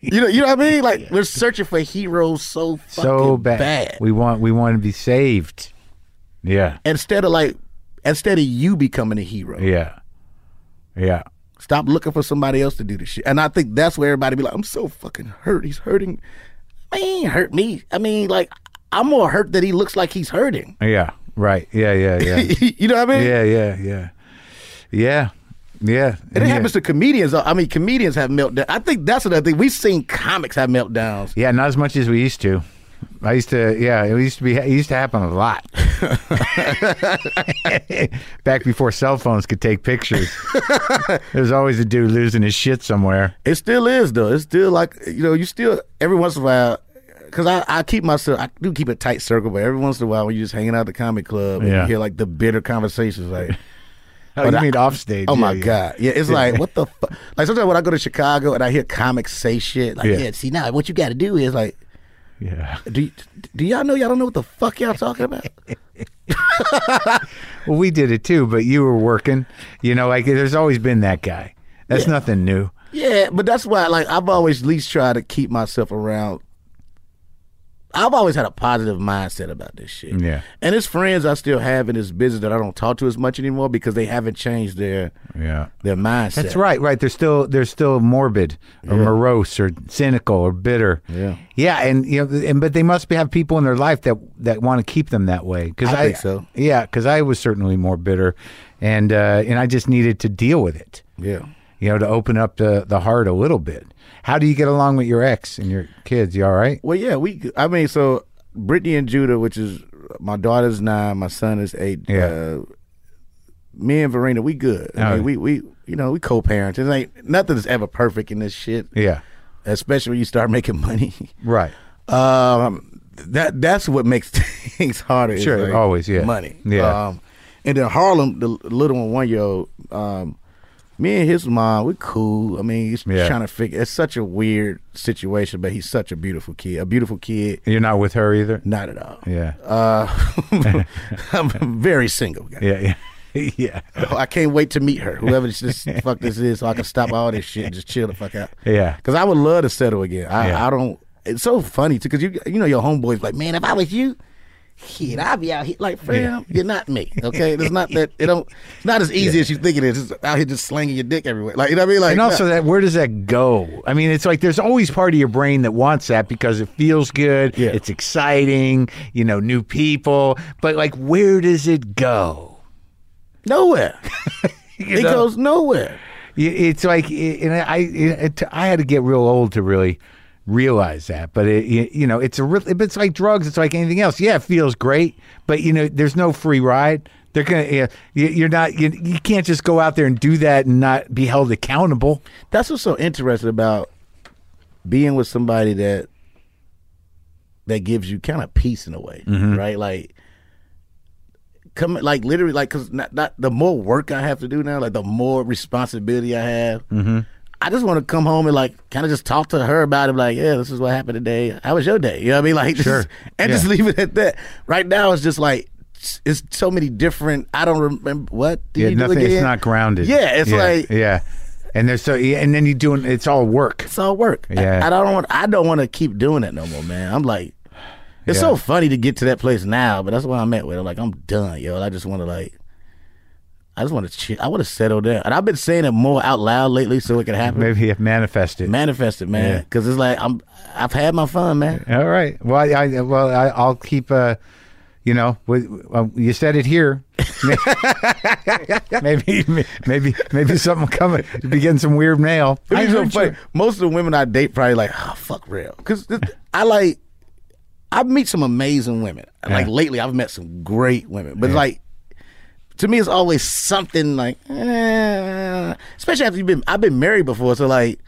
D: You know, you know what I mean? Like we're searching for heroes so fucking
A: So bad.
D: bad.
A: We want we want to be saved. Yeah.
D: Instead of like, instead of you becoming a hero,
A: Yeah. Yeah.
D: stop looking for somebody else to do the shit. And I think that's where everybody be like, I'm so fucking hurt. He's hurting. Man, he ain't hurt me. I mean, like I'm more hurt that he looks like he's hurting.
A: Yeah. Right. Yeah. Yeah. Yeah.
D: you know what I mean?
A: yeah. Yeah. Yeah. Yeah. Yeah.
D: And it
A: yeah.
D: happens to comedians. I mean, comedians have meltdowns. I think that's another thing. We've seen comics have meltdowns.
A: Yeah, not as much as we used to. I used to, yeah, it used to be, it used to happen a lot. Back before cell phones could take pictures, there's always a dude losing his shit somewhere.
D: It still is though. It's still like you know, you still every once in a while. Cause I, I keep myself I do keep a tight circle, but every once in a while when you're just hanging out at the comic club and
A: Yeah.
D: you hear like the bitter conversations, like
A: Oh,
D: But
A: you
D: I-
A: mean off stage?
D: oh
A: yeah,
D: my
A: yeah.
D: god, yeah, it's like what the fuck. Like sometimes when I go to Chicago and I hear comics say shit, like
A: Yeah.
D: yeah, see now what you got to do is like,
A: Yeah.
D: do y- do y'all know y'all don't know what the fuck y'all talking about?
A: Well, we did it too, but you were working. You know, like there's always been that guy. That's nothing new.
D: Yeah, but that's why like I've always at least tried to keep myself around. I've always had a positive mindset about this shit.
A: Yeah.
D: And it's friends I still have in this business that I don't talk to as much anymore because they haven't changed their
A: Yeah.
D: their mindset.
A: That's right, right. They're still they're still morbid or morose or cynical or bitter.
D: Yeah.
A: yeah, and you know, and but they must be, have people in their life that that want to keep them that way. Because
D: I
A: I,
D: think so.
A: Yeah, because I was certainly more bitter, and uh, and I just needed to deal with it.
D: Yeah.
A: You know, to open up the the heart a little bit. How do you get along with your ex and your kids? You all right?
D: Well, yeah, we. I mean, so Brittany and Judah, which is my daughter's nine, my son is eight.
A: Yeah.
D: Uh, me and Verena, we good. I mean,
A: Oh.
D: we we you know we co-parents. It ain't nothing's ever perfect in this shit,
A: Yeah,
D: especially when you start making money.
A: right.
D: Um, that that's what makes things harder. is,
A: Sure,
D: like,
A: always, yeah.
D: money.
A: Yeah.
D: Um, and then Harlem, the little one, one year old. Um, me and his mom, we cool. I mean, he's
A: Yeah.
D: trying to figure. It's such a weird situation, but he's such a beautiful kid. A beautiful kid,
A: You're not with her either.
D: not at all.
A: Yeah,
D: Uh, I'm very single. guys.
A: yeah, yeah, yeah,
D: I can't wait to meet her. Whoever this, this fuck this is, so I can stop all this shit and just chill the fuck out.
A: yeah.
D: Because I would love to settle again. I,
A: Yeah.
D: I don't. It's so funny too. Because you you know your homeboys like, man, if I was you, shit, I'd be out here like, fam, you're not me. Okay, it's not that it don't. It's not as easy as you think it is. It's out here just slinging your dick everywhere. Like you know what I mean? Like
A: and also
D: nah.
A: that where does that go i mean it's like there's always part of your brain that wants that because it feels good
D: Yeah.
A: it's exciting you know new people but like where does it go
D: nowhere. it
A: know?
D: goes nowhere.
A: Y- it's like it- and i it, i had to get real old to really realize that but it y- you know it's a real it's like drugs it's like anything else yeah it feels great but you know there's no free ride they're gonna yeah, you- you're not you, you can't just go out there and do that and not be held accountable
D: That's what's so interesting about being with somebody that that gives you kind of peace in a way,
A: Mm-hmm.
D: right? Like come like literally like cuz not, not the more work I have to do now, like the more responsibility I have.
A: Mm-hmm.
D: I just want to come home and like kind of just talk to her about it like, yeah, this is what happened today. How was your day? You know what I mean? Like just-
A: Sure.
D: and just leave it at that. Right now it's just like it's- it's so many different. I don't remember what did
A: yeah,
D: you
A: nothing.
D: do again?
A: It's not grounded.
D: Yeah, it's like
A: yeah, and there's so yeah, and then you doing it's all work.
D: it's all work. I-
A: Yeah.
D: I, don't want I don't want to keep doing that no more, man. I'm like it's
A: Yeah.
D: so funny to get to that place now, but that's where I'm at with it. Like I'm done, yo. I just want to like I just want to chill. I want to settle down. And I've been saying it more out loud lately so it can happen.
A: Maybe you have manifested.
D: Manifest it, man.
A: Yeah.
D: Cuz it's like I'm I've had my fun, man.
A: all right. Well, I, I well I, I'll keep. Uh, you know, with, well, you said it here. maybe, maybe, maybe something coming. You'll be getting some weird mail.
D: It'd be so
A: heard
D: funny.
A: you.
D: Most of the women I date probably like, oh, fuck real. Because I like, I meet some amazing women. Like
A: Yeah.
D: lately, I've met some great women. But like, to me, it's always something like, eh, especially after you've been, I've been married before. So like,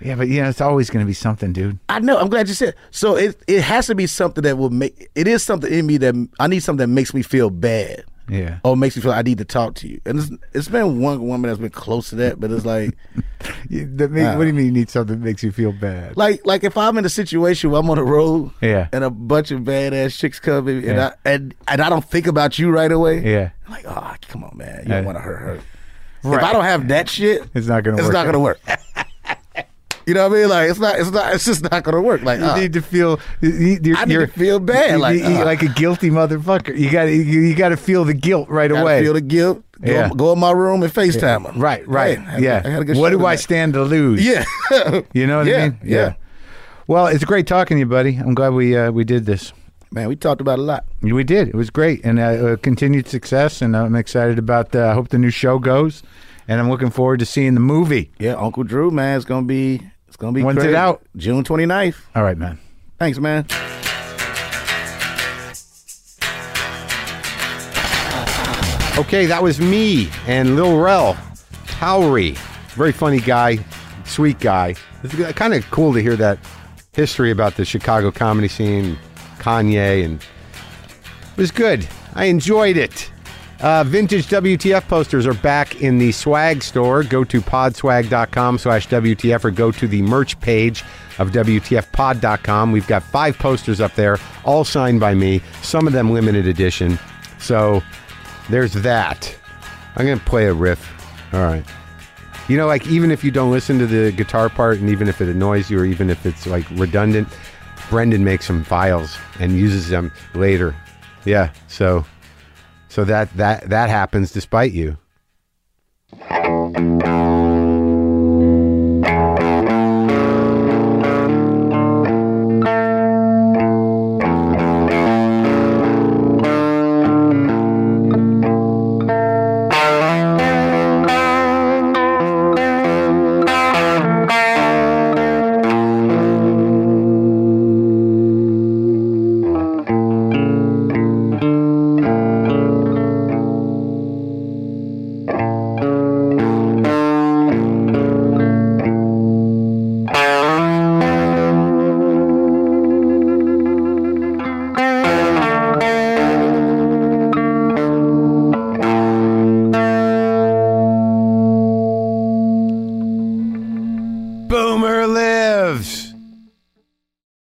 A: Yeah, but you know, it's always going to be something, dude.
D: I know. I'm glad you said. So it it has to be something that will make it is something in me that I need something that makes me feel bad.
G: Yeah.
D: Oh, it makes me feel I need to talk to you. And it's, it's been one woman that's been close to that, but it's like,
A: You- that make- what do you
D: Uh.
A: mean you need something that makes you feel bad?
D: like, like if I'm in a situation where I'm on the road,
G: Yeah.
D: and a bunch of badass chicks come in, and
G: Yeah.
D: I and, and I don't think about you right away,
G: Yeah.
D: I'm like, oh, come on, man, you don't
G: Yeah.
D: want to hurt her. If
G: Right.
D: I don't have that shit,
A: It's not gonna
D: It's
A: work
D: not
A: out.
D: gonna work. you know what I mean? Like, it's not. It's not. It's just not gonna work. Like,
A: You
D: uh,
A: need to feel. You, you, you're-
D: I need
A: you're-
D: to feel bad,
A: you-
D: like,
A: you- you-
D: uh.
A: like a guilty motherfucker. You got to you, you got to feel the guilt right
D: gotta
A: away.
D: feel the guilt. Go,
A: Yeah.
D: go in my room and Facetime her.
A: right, right.
D: Hey, I-
A: yeah.
D: I had a good
A: what
D: show
A: do I
D: tonight.
A: stand to lose?
D: Yeah.
A: You know what
D: Yeah,
A: I mean?
D: yeah.
A: Well, it's great talking to you, buddy. I'm glad we uh, we did this.
D: Man, we talked about a lot.
A: We did. It was great, and uh, uh, continued success. And I'm excited about. Uh, I hope the new show goes, and I'm looking forward to seeing the movie.
D: Yeah, Uncle Drew, man, it's gonna be it's gonna be
A: When's it
D: crazy.
A: out?
D: June 29th.
A: All right, man.
D: Thanks, man.
F: Okay, that was me and Lil Rel, Howery. Very funny guy, sweet guy. It's kind of cool to hear that history about the Chicago comedy scene, Kanye, and it was good. I enjoyed it. Uh, vintage WTF posters are back in the swag store. Go to podswag.com slash WTF or go to the merch page of WTFpod.com. We've got five posters up there, all signed by me, some of them limited edition. So there's that. I'm going to play a riff. All right. You know, like even if you don't listen to the guitar part and even if it annoys you or even if it's like redundant, Brendan makes some files and uses them later. Yeah. So so that that that happens despite you.